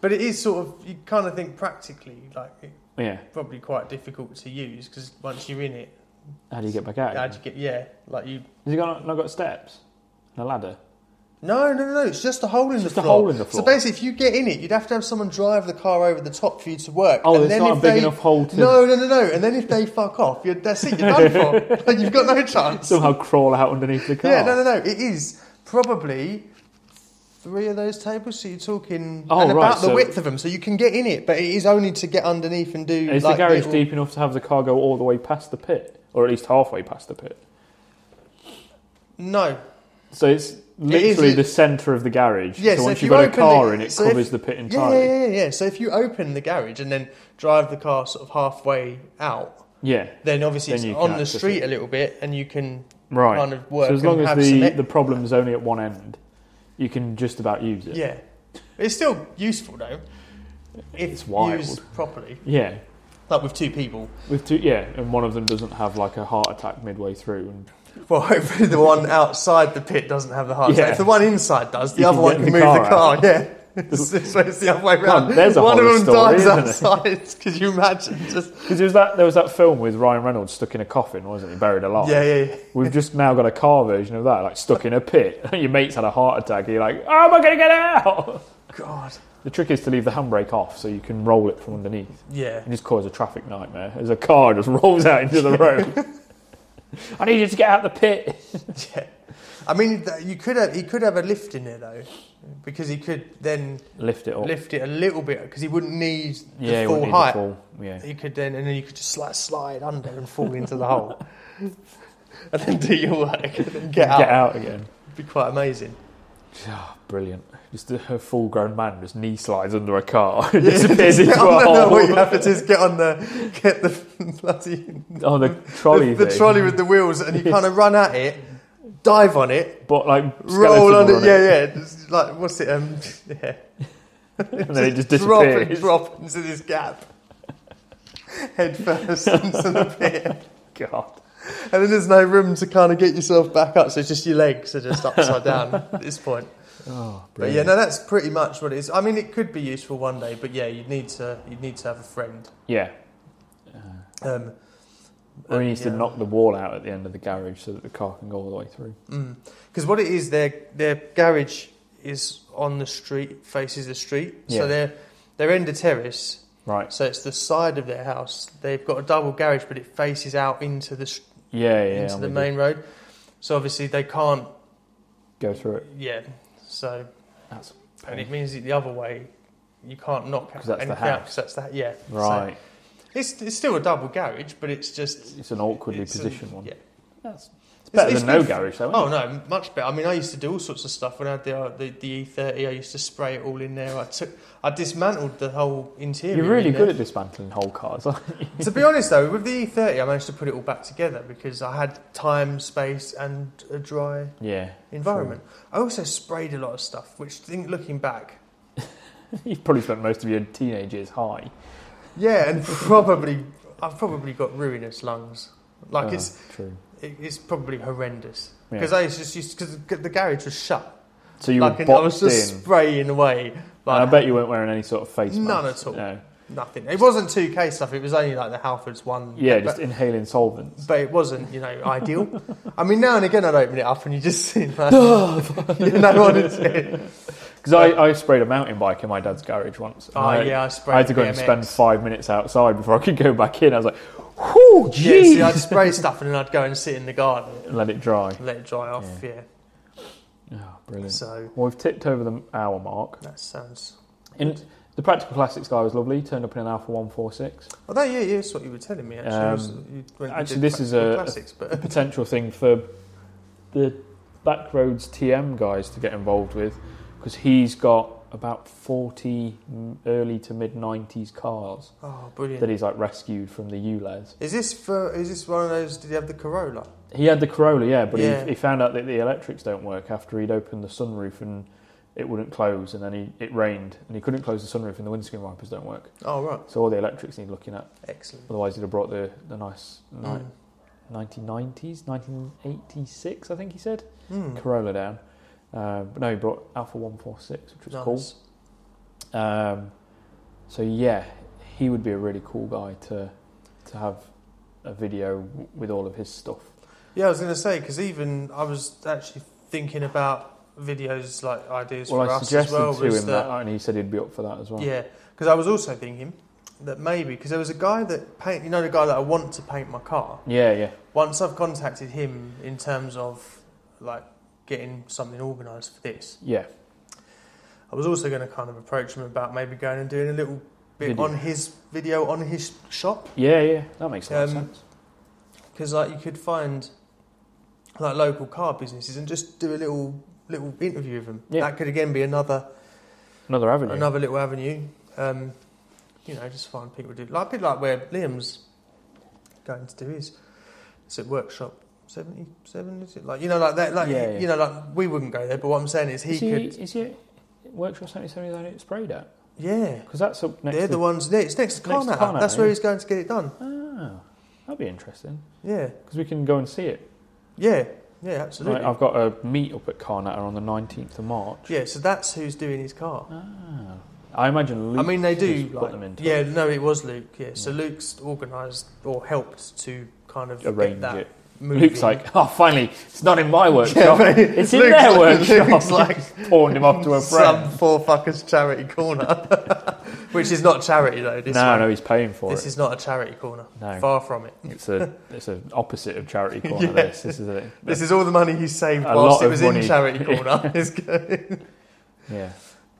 Speaker 2: but it is sort of you kind of think practically like it's
Speaker 1: Yeah.
Speaker 2: probably quite difficult to use because once you're in it,
Speaker 1: How do you get back out?
Speaker 2: how
Speaker 1: Has
Speaker 2: do you get yeah? Like you
Speaker 1: he got, not got steps? And a ladder?
Speaker 2: no no no, no it's just a hole in
Speaker 1: It's
Speaker 2: the
Speaker 1: just a
Speaker 2: floor.
Speaker 1: hole in the
Speaker 2: So
Speaker 1: floor.
Speaker 2: basically, if you get in it, you'd have to have someone drive the car over the top for you to work.
Speaker 1: Oh,
Speaker 2: And
Speaker 1: it's
Speaker 2: then
Speaker 1: not a
Speaker 2: if
Speaker 1: big
Speaker 2: they-
Speaker 1: enough hole to
Speaker 2: No, no, no, no. And then if they fuck off, you're, that's it. You're done for. Like, you've got no chance.
Speaker 1: somehow crawl out underneath the car.
Speaker 2: Yeah, no, no, no. It is probably three of those tables. So you're talking
Speaker 1: Oh,
Speaker 2: and
Speaker 1: right,
Speaker 2: about the
Speaker 1: so-
Speaker 2: width of them, so you can get in it, but it is only to get underneath and do.
Speaker 1: Is
Speaker 2: like,
Speaker 1: the garage
Speaker 2: little-
Speaker 1: deep enough to have the car go all the way past the pit, or at least halfway past the pit?
Speaker 2: No.
Speaker 1: So it's literally the centre of the garage.
Speaker 2: Yeah, so
Speaker 1: so
Speaker 2: if
Speaker 1: once you've
Speaker 2: you
Speaker 1: got a
Speaker 2: open
Speaker 1: car
Speaker 2: the-
Speaker 1: in, it
Speaker 2: so if-
Speaker 1: covers the pit
Speaker 2: Yeah,
Speaker 1: entirely.
Speaker 2: yeah, yeah, yeah. So if you open the garage and then drive the car sort of halfway out,
Speaker 1: Yeah,
Speaker 2: then obviously
Speaker 1: Then you
Speaker 2: it's
Speaker 1: can
Speaker 2: on the
Speaker 1: access
Speaker 2: street
Speaker 1: it.
Speaker 2: a little bit, and you can
Speaker 1: right.
Speaker 2: kind of work
Speaker 1: so as
Speaker 2: and
Speaker 1: long as
Speaker 2: have
Speaker 1: the,
Speaker 2: some. e-
Speaker 1: the problem's only at one end, you can just about use it.
Speaker 2: yeah, it's still useful though. If
Speaker 1: It's wild.
Speaker 2: used properly.
Speaker 1: Yeah.
Speaker 2: like with two people.
Speaker 1: With two, yeah, and one of them doesn't have like a heart attack midway through, and
Speaker 2: Well, hopefully the one outside the pit doesn't have the heart attack.
Speaker 1: Yeah.
Speaker 2: If the one inside does, the
Speaker 1: You
Speaker 2: other
Speaker 1: can
Speaker 2: one
Speaker 1: get the
Speaker 2: can move
Speaker 1: car
Speaker 2: the
Speaker 1: out.
Speaker 2: car. Yeah. It's, it's, it's the other way round.
Speaker 1: there's a
Speaker 2: One of
Speaker 1: horror
Speaker 2: them
Speaker 1: story,
Speaker 2: dies
Speaker 1: isn't it?
Speaker 2: outside. Could you imagine? Just
Speaker 1: because there was that there was that film with Ryan Reynolds stuck in a coffin, wasn't he? Buried alive.
Speaker 2: yeah, yeah, yeah.
Speaker 1: We've just now got a car version of that, like stuck in a pit. Your mate's had a heart attack. And you're like, how am I going to get out?
Speaker 2: God,
Speaker 1: The trick is to leave the handbrake off so you can roll it from underneath
Speaker 2: yeah.
Speaker 1: and just cause a traffic nightmare as a car just rolls out into the road. I need you to get out the pit.
Speaker 2: Yeah, I mean, th- you could have he could have a lift in there though, because he could then
Speaker 1: Lift it up.
Speaker 2: lift it a little bit because he wouldn't need the
Speaker 1: Oh. yeah, you
Speaker 2: full
Speaker 1: wouldn't need the
Speaker 2: height.
Speaker 1: full- Yeah.
Speaker 2: He could then, and then you could just slide, slide under and fall into the hole, and then do your work, and then get,
Speaker 1: Get
Speaker 2: out.
Speaker 1: out again.
Speaker 2: It'd be quite amazing.
Speaker 1: Ah, brilliant. Just a, a full grown man just knee slides under a car and disappears into a
Speaker 2: Oh, no, no,
Speaker 1: hole.
Speaker 2: what you have to do is get on the get the bloody
Speaker 1: on Oh, the trolley
Speaker 2: the, the
Speaker 1: thing.
Speaker 2: trolley with the wheels, and you
Speaker 1: Yeah.
Speaker 2: kind of run at it, dive on it,
Speaker 1: But like,
Speaker 2: roll on it.
Speaker 1: skeleton
Speaker 2: Yeah, yeah. Just like what's it? Um, yeah.
Speaker 1: And then it just
Speaker 2: drop and
Speaker 1: disappears.
Speaker 2: drop into this gap. Head first into the pit.
Speaker 1: God.
Speaker 2: And then there's no room to kind of get yourself back up, so it's just your legs are just upside down at this point.
Speaker 1: Oh,
Speaker 2: But yeah, no, that's pretty much what it is. I mean, it could be useful one day, but yeah, you'd need to you'd need to have a friend.
Speaker 1: Yeah.
Speaker 2: Um,
Speaker 1: Or he needs
Speaker 2: yeah.
Speaker 1: to knock the wall out at the end of the garage so that the car can go all the way through.
Speaker 2: Because Mm. what it is, their their garage is on the street, faces the street,
Speaker 1: Yeah.
Speaker 2: so they're they're end of terrace,
Speaker 1: Right.
Speaker 2: so it's the side of their house. They've got a double garage, but it faces out into the s-
Speaker 1: Yeah, yeah.
Speaker 2: into
Speaker 1: I'm
Speaker 2: the
Speaker 1: with
Speaker 2: main road. So obviously they can't.
Speaker 1: you. Go through it.
Speaker 2: Yeah. So
Speaker 1: That's
Speaker 2: and it means it the other way, you can't knock
Speaker 1: 'Cause that's the
Speaker 2: anything out
Speaker 1: house.
Speaker 2: 'cause that's that. Yeah. So
Speaker 1: right.
Speaker 2: it's it's still a double garage, but it's just
Speaker 1: It's an awkwardly
Speaker 2: it's a-
Speaker 1: positioned one.
Speaker 2: Yeah.
Speaker 1: That's, it's better
Speaker 2: it's
Speaker 1: than no
Speaker 2: good for-
Speaker 1: garage, though.
Speaker 2: Oh no, much better. I mean, I used to do all sorts of stuff when I had the uh, the, the E30. I used to spray it all in there. I took, I dismantled the whole interior.
Speaker 1: You're really
Speaker 2: in
Speaker 1: good
Speaker 2: there.
Speaker 1: at dismantling whole cars. aren't you?
Speaker 2: to be honest though, with the E30, I managed to put it all back together because I had time, space, and a dry
Speaker 1: yeah.
Speaker 2: environment. I also sprayed a lot of stuff, which, think, looking back,
Speaker 1: You've probably spent most of your teenage years high.
Speaker 2: yeah, and probably I've probably got ruinous lungs. Like
Speaker 1: Ah,
Speaker 2: it's
Speaker 1: True.
Speaker 2: it, it's probably horrendous
Speaker 1: Yeah.
Speaker 2: because I just used because the garage was shut.
Speaker 1: So you
Speaker 2: like,
Speaker 1: were
Speaker 2: and I
Speaker 1: boxed
Speaker 2: was just
Speaker 1: in.
Speaker 2: spraying away.
Speaker 1: and I
Speaker 2: Like,
Speaker 1: bet you weren't wearing any sort of face mask.
Speaker 2: None at all.
Speaker 1: No.
Speaker 2: Nothing. It wasn't 2K stuff, it was only like the Halfords one.
Speaker 1: Yeah,
Speaker 2: but,
Speaker 1: just inhaling solvents.
Speaker 2: but it wasn't, you know, ideal. I mean, now and again I'd open it up and you just see like, no one is it.
Speaker 1: Because I, I sprayed a mountain bike in my dad's garage once. and
Speaker 2: Oh,
Speaker 1: I,
Speaker 2: yeah, I
Speaker 1: I
Speaker 2: sprayed
Speaker 1: had to go and
Speaker 2: BMX.
Speaker 1: spend five minutes outside before I could go back in. I was like, whoo,
Speaker 2: Yeah,
Speaker 1: jeez!
Speaker 2: see, I'd spray stuff and then I'd go and sit in the garden
Speaker 1: and let it dry.
Speaker 2: and let it dry off, yeah.
Speaker 1: Oh, brilliant.
Speaker 2: So
Speaker 1: Well, we've tipped over the hour mark.
Speaker 2: that sounds.
Speaker 1: In, the practical classics guy was lovely. Turned up in an Alpha One Four Six.
Speaker 2: Although, yeah, yeah, that's what you were telling me actually.
Speaker 1: Um,
Speaker 2: was you went and
Speaker 1: actually,
Speaker 2: did
Speaker 1: this is
Speaker 2: practical
Speaker 1: a-
Speaker 2: Classics,
Speaker 1: A
Speaker 2: but
Speaker 1: potential thing for the Backroads TM guys to get involved with, because he's got about forty early to mid nineties cars
Speaker 2: oh,
Speaker 1: that
Speaker 2: brilliant.
Speaker 1: he's like rescued from the ULEZ.
Speaker 2: Is this for? Is this one of those? Did you have the Corolla?
Speaker 1: He had the Corolla, yeah, but
Speaker 2: Yeah.
Speaker 1: He, he found out that the electrics don't work after he'd opened the sunroof and it wouldn't close, and then he, it rained and he couldn't close the sunroof and the windscreen wipers don't work.
Speaker 2: Oh right,
Speaker 1: So all the electrics need looking at.
Speaker 2: excellent.
Speaker 1: Otherwise, he'd have brought the, the nice ni-
Speaker 2: Mm.
Speaker 1: 1990s, 1986, I think he said,
Speaker 2: Mm.
Speaker 1: Corolla down. Uh, but no, he brought Alpha 146, which was
Speaker 2: Nice.
Speaker 1: cool. Um, so yeah, he would be a really cool guy to to have a video w- with all of his stuff.
Speaker 2: Yeah, I was going to say because even I was actually thinking about videos like ideas
Speaker 1: well,
Speaker 2: for
Speaker 1: I
Speaker 2: us
Speaker 1: suggested
Speaker 2: as well.
Speaker 1: to
Speaker 2: was
Speaker 1: him
Speaker 2: that,
Speaker 1: that, and he said he'd be up for that as well.
Speaker 2: yeah, because I was also thinking that maybe because there was a guy that paint, you know, the guy that I want to paint my car.
Speaker 1: yeah, yeah.
Speaker 2: Once I've contacted him in terms of like getting something organised for this,
Speaker 1: yeah.
Speaker 2: I was also going to kind of approach him about maybe going and doing a little bit
Speaker 1: Video.
Speaker 2: on his video on his shop
Speaker 1: Yeah, yeah, that makes a lot of
Speaker 2: Um,
Speaker 1: sense.
Speaker 2: because like you could find like local car businesses and just do a little little interview with them.
Speaker 1: Yeah.
Speaker 2: That could again be another
Speaker 1: Another avenue.
Speaker 2: another little avenue. Um, you know, just find people to do like a bit like where Liam's going to do his it's at workshop seventy seven is it like you know like that like
Speaker 1: Yeah, yeah.
Speaker 2: you know like we wouldn't go there but what I'm saying is he
Speaker 1: is, he,
Speaker 2: could
Speaker 1: is he at Workshop 77 that it sprayed at?
Speaker 2: Yeah.
Speaker 1: Because that's up next.
Speaker 2: They're
Speaker 1: to...
Speaker 2: the ones. Yeah, it's next to
Speaker 1: next to
Speaker 2: Carnahan.
Speaker 1: Carnahan,
Speaker 2: That's where
Speaker 1: yeah.
Speaker 2: he's going to get it done.
Speaker 1: Ah, that'd be interesting
Speaker 2: Yeah.
Speaker 1: because we can go and see it.
Speaker 2: Yeah. Yeah.
Speaker 1: Like,
Speaker 2: Absolutely.
Speaker 1: I've got a meet up at Carnatter on the 19th of March.
Speaker 2: yeah. So that's who's doing his car.
Speaker 1: Ah. I imagine.
Speaker 2: I
Speaker 1: Luke
Speaker 2: mean, they do.
Speaker 1: has
Speaker 2: Like,
Speaker 1: put them into
Speaker 2: yeah, no, it was Luke. Yeah, so
Speaker 1: Yeah.
Speaker 2: Luke's organised or helped to kind of get
Speaker 1: arrange
Speaker 2: that
Speaker 1: it.
Speaker 2: moving.
Speaker 1: Luke's like, oh, finally, it's not in my workshop.
Speaker 2: but
Speaker 1: it's in
Speaker 2: Luke's
Speaker 1: their
Speaker 2: like-
Speaker 1: workshop.
Speaker 2: Luke's like-
Speaker 1: pawned him off to a friend.
Speaker 2: some four fuckers charity corner, which is not charity though. This
Speaker 1: no,
Speaker 2: one.
Speaker 1: no, he's paying for
Speaker 2: this
Speaker 1: it.
Speaker 2: is not a charity corner.
Speaker 1: No.
Speaker 2: Far from it.
Speaker 1: It's a it's an opposite of charity corner.
Speaker 2: Yeah.
Speaker 1: This this is a,
Speaker 2: This is all the money he saved
Speaker 1: A lot
Speaker 2: whilst it
Speaker 1: of
Speaker 2: was
Speaker 1: money.
Speaker 2: in charity corner. It's good.
Speaker 1: yeah.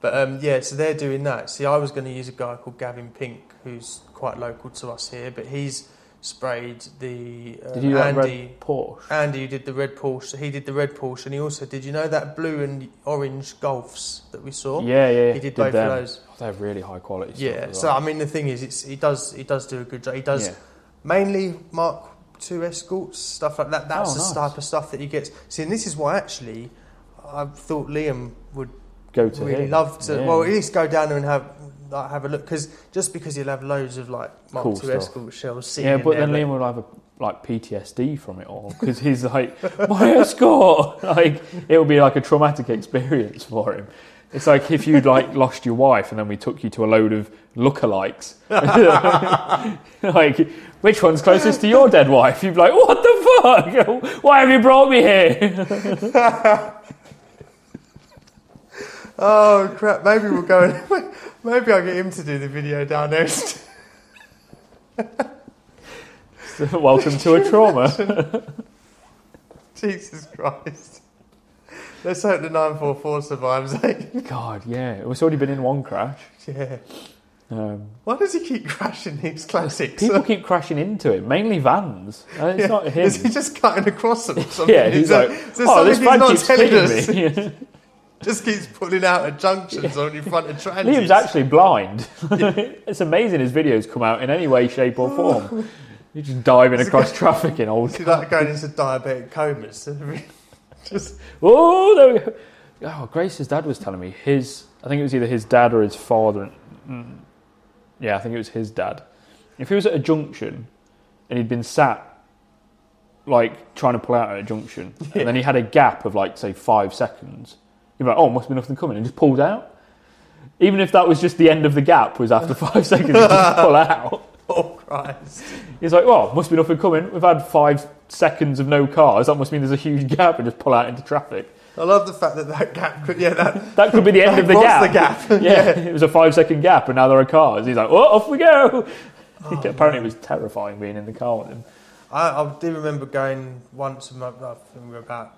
Speaker 2: But um, yeah, so they're doing that. See, I was going to use a guy called Gavin Pink, who's quite local to us here, but he's sprayed the uh,
Speaker 1: Did you like
Speaker 2: Andy.
Speaker 1: red Porsche?
Speaker 2: Andy who did the red Porsche. He did the red Porsche, and he also did you know that blue and orange Golfs that we saw.
Speaker 1: Yeah, yeah.
Speaker 2: he did, both
Speaker 1: them.
Speaker 2: of those.
Speaker 1: Oh, they're really high quality. Stuff
Speaker 2: Yeah.
Speaker 1: as
Speaker 2: So
Speaker 1: well.
Speaker 2: I mean, the thing is, it's he does he does do a good job. He does
Speaker 1: Yeah.
Speaker 2: mainly Mark Two escorts, stuff like that. That's
Speaker 1: Oh, nice.
Speaker 2: the type of stuff that he gets. See, and this is why actually, I thought Liam would
Speaker 1: go to
Speaker 2: really
Speaker 1: him.
Speaker 2: love to.
Speaker 1: Yeah.
Speaker 2: Well, at least go down there and have like, have a look because just because he'll have loads of like Mark
Speaker 1: Cool
Speaker 2: Two
Speaker 1: stuff.
Speaker 2: escort shells sitting
Speaker 1: yeah,
Speaker 2: in
Speaker 1: but
Speaker 2: there,
Speaker 1: then Liam will have a, like PTSD from it all because he's like my escort. Like it will be like a traumatic experience for him. It's like if you'd like lost your wife and then we took you to a load of lookalikes. like which one's closest to your dead wife? You'd be like, what the fuck? Why have you brought me here?
Speaker 2: Oh crap! Maybe we'll go. And, maybe I'll get him to do the video down there.
Speaker 1: Welcome to a trauma.
Speaker 2: Jesus Christ! Let's hope the nine four four survives. eh?
Speaker 1: God, yeah. It's already been in one crash.
Speaker 2: yeah.
Speaker 1: Um,
Speaker 2: Why does he keep crashing these classics?
Speaker 1: people keep crashing into it, mainly vans. Uh, It's
Speaker 2: Yeah.
Speaker 1: not him.
Speaker 2: Is he just cutting across them? Or something?
Speaker 1: Yeah, he's
Speaker 2: Is there-
Speaker 1: like,
Speaker 2: is there
Speaker 1: oh, this
Speaker 2: something
Speaker 1: van
Speaker 2: he's not
Speaker 1: keeps
Speaker 2: telling us?"
Speaker 1: hitting me.
Speaker 2: Just keeps pulling out at junctions on your front of transits.
Speaker 1: Liam's actually blind. it's amazing his videos come out in any way, shape, or form. You're just diving across traffic in old.
Speaker 2: Is he like going into diabetic comas? just
Speaker 1: Oh, there we go. Oh, Grace's dad was telling me his. I think it was either his dad or his father. mm, Yeah, I think it was his dad. If he was at a junction and he'd been sat like trying to pull out at a junction, and then he had a gap of like say five seconds, you'd be like, "Oh, must be nothing coming," and just pulled out. Even if that was just the end of the gap, was after five seconds, he'd just pull out.
Speaker 2: oh Christ!
Speaker 1: He's like, "Well, must be nothing coming. We've had five seconds of no cars. That must mean there's a huge gap," and just pull out into traffic.
Speaker 2: I love the fact that that gap could. Yeah, that
Speaker 1: That could be the end of the
Speaker 2: What's
Speaker 1: gap.
Speaker 2: the gap?
Speaker 1: Yeah, it was a five second gap, and now there are cars. He's like, oh, off we go.
Speaker 2: Oh,
Speaker 1: Apparently, it was terrifying being in the car with him.
Speaker 2: I, I do remember going once, with my, I think we were about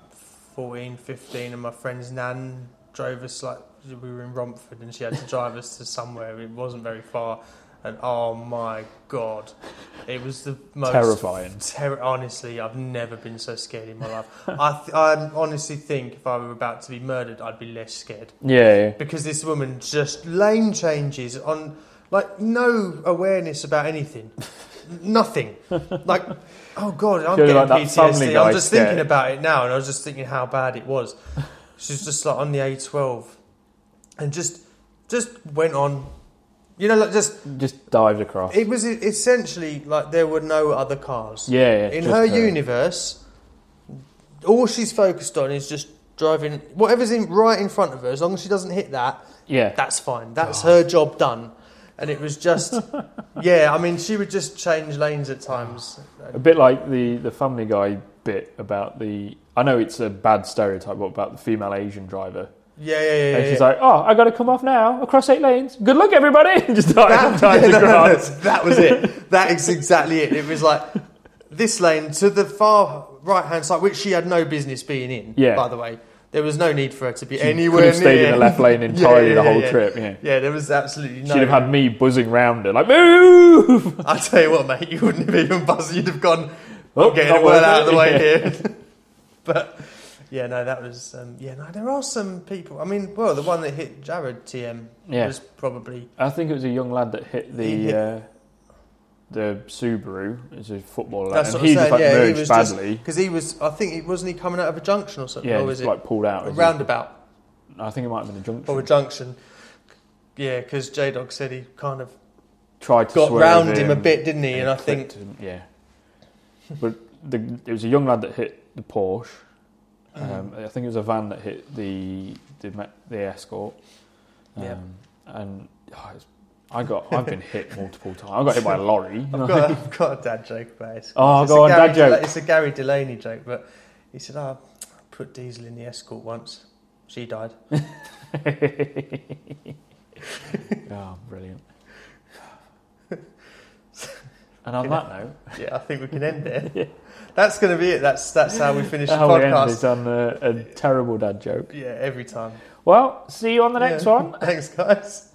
Speaker 2: 14, 15, and my friend's nan drove us, like, we were in Romford, and she had to drive us to somewhere. It wasn't very far. And oh my god, it was the most
Speaker 1: Terrifying.
Speaker 2: Terror. Honestly, I've never been so scared in my life. I, th- I honestly think if I were about to be murdered, I'd be less scared
Speaker 1: Yeah,
Speaker 2: because this woman just lane changes on like no awareness about anything nothing like oh god i'm
Speaker 1: Feel
Speaker 2: getting
Speaker 1: like that Family
Speaker 2: ptsd
Speaker 1: Guy
Speaker 2: i'm just
Speaker 1: sketch.
Speaker 2: thinking about it now and i was just thinking how bad it was she's just like on the a12 and just just went on you know like just
Speaker 1: yeah. Just dived across.
Speaker 2: it was essentially like there were no other cars
Speaker 1: yeah, yeah.
Speaker 2: in
Speaker 1: just uh,
Speaker 2: her
Speaker 1: to-
Speaker 2: universe, all she's focused on is just driving whatever's in right in front of her. As long as she doesn't hit that,
Speaker 1: Yeah.
Speaker 2: that's fine. That's her job done. And it was just, yeah. I mean, she would just change lanes at times.
Speaker 1: A bit like the, the Family Guy bit about the. I know it's a bad stereotype, but about the female Asian driver.
Speaker 2: Yeah, yeah, yeah.
Speaker 1: and
Speaker 2: yeah,
Speaker 1: she's
Speaker 2: yeah.
Speaker 1: like, oh, i got to come off now, across eight lanes. Good luck, everybody. And just dives,
Speaker 2: that,
Speaker 1: dives
Speaker 2: no, no, no,
Speaker 1: across.
Speaker 2: that was it. That is exactly it. It was like this lane to the far right hand side, which she had no business being in.
Speaker 1: Yeah.
Speaker 2: By the way, there was no need for her to be
Speaker 1: She
Speaker 2: anywhere
Speaker 1: could have stayed
Speaker 2: near.
Speaker 1: in the left lane entirely
Speaker 2: yeah,
Speaker 1: the
Speaker 2: yeah,
Speaker 1: whole
Speaker 2: yeah.
Speaker 1: trip. Yeah.
Speaker 2: Yeah, there was absolutely no.
Speaker 1: She'd have had me buzzing round her, like, move!
Speaker 2: I tell you what, mate, you wouldn't have even buzzed. You'd have gone,
Speaker 1: Oh,
Speaker 2: I'm getting
Speaker 1: not
Speaker 2: it well
Speaker 1: worth
Speaker 2: out of
Speaker 1: it.
Speaker 2: the way
Speaker 1: Yeah.
Speaker 2: here. but yeah, no, that was um, yeah. No, there are some people. I mean, well, the one that hit Jared TM
Speaker 1: Yeah.
Speaker 2: was probably
Speaker 1: I think it was a young lad that hit
Speaker 2: He
Speaker 1: the
Speaker 2: hit-
Speaker 1: uh, the Subaru. It's a footballer,
Speaker 2: That's
Speaker 1: and
Speaker 2: what I'm
Speaker 1: he just
Speaker 2: saying,
Speaker 1: like
Speaker 2: yeah, he
Speaker 1: merged
Speaker 2: was just-
Speaker 1: badly.
Speaker 2: because he was. I think it wasn't he coming out of a junction or something.
Speaker 1: yeah,
Speaker 2: or was
Speaker 1: just
Speaker 2: it
Speaker 1: like pulled out.
Speaker 2: a
Speaker 1: It was
Speaker 2: roundabout
Speaker 1: just- I think it might have been a junction.
Speaker 2: or a junction? yeah, because J Dog said he kind of
Speaker 1: Tried to
Speaker 2: got
Speaker 1: swear
Speaker 2: round
Speaker 1: with
Speaker 2: him a bit, didn't he?
Speaker 1: and
Speaker 2: And I think
Speaker 1: clipped him, yeah. But the, it was a young lad that hit the Porsche. Um,
Speaker 2: Mm.
Speaker 1: I think it was a van that hit the the, ma- the escort. Um,
Speaker 2: Yeah.
Speaker 1: And oh, it's, I got I've been hit multiple times. I got hit by a lorry.
Speaker 2: I've got, a, I've got a dad joke about it.
Speaker 1: Oh,
Speaker 2: It's
Speaker 1: go
Speaker 2: a
Speaker 1: on,
Speaker 2: Gary
Speaker 1: dad joke.
Speaker 2: Del- It's a Gary Delaney joke, but he said, oh, I put diesel in the escort once. She died.
Speaker 1: oh, brilliant. And on that note,
Speaker 2: Yeah, I think we can end there. That's going to be it. That's that's how we finish
Speaker 1: how
Speaker 2: the
Speaker 1: we end is on
Speaker 2: podcast.
Speaker 1: a, a terrible dad joke.
Speaker 2: Yeah, every time.
Speaker 1: Well, see you on the next
Speaker 2: Yeah.
Speaker 1: one.
Speaker 2: Thanks, guys.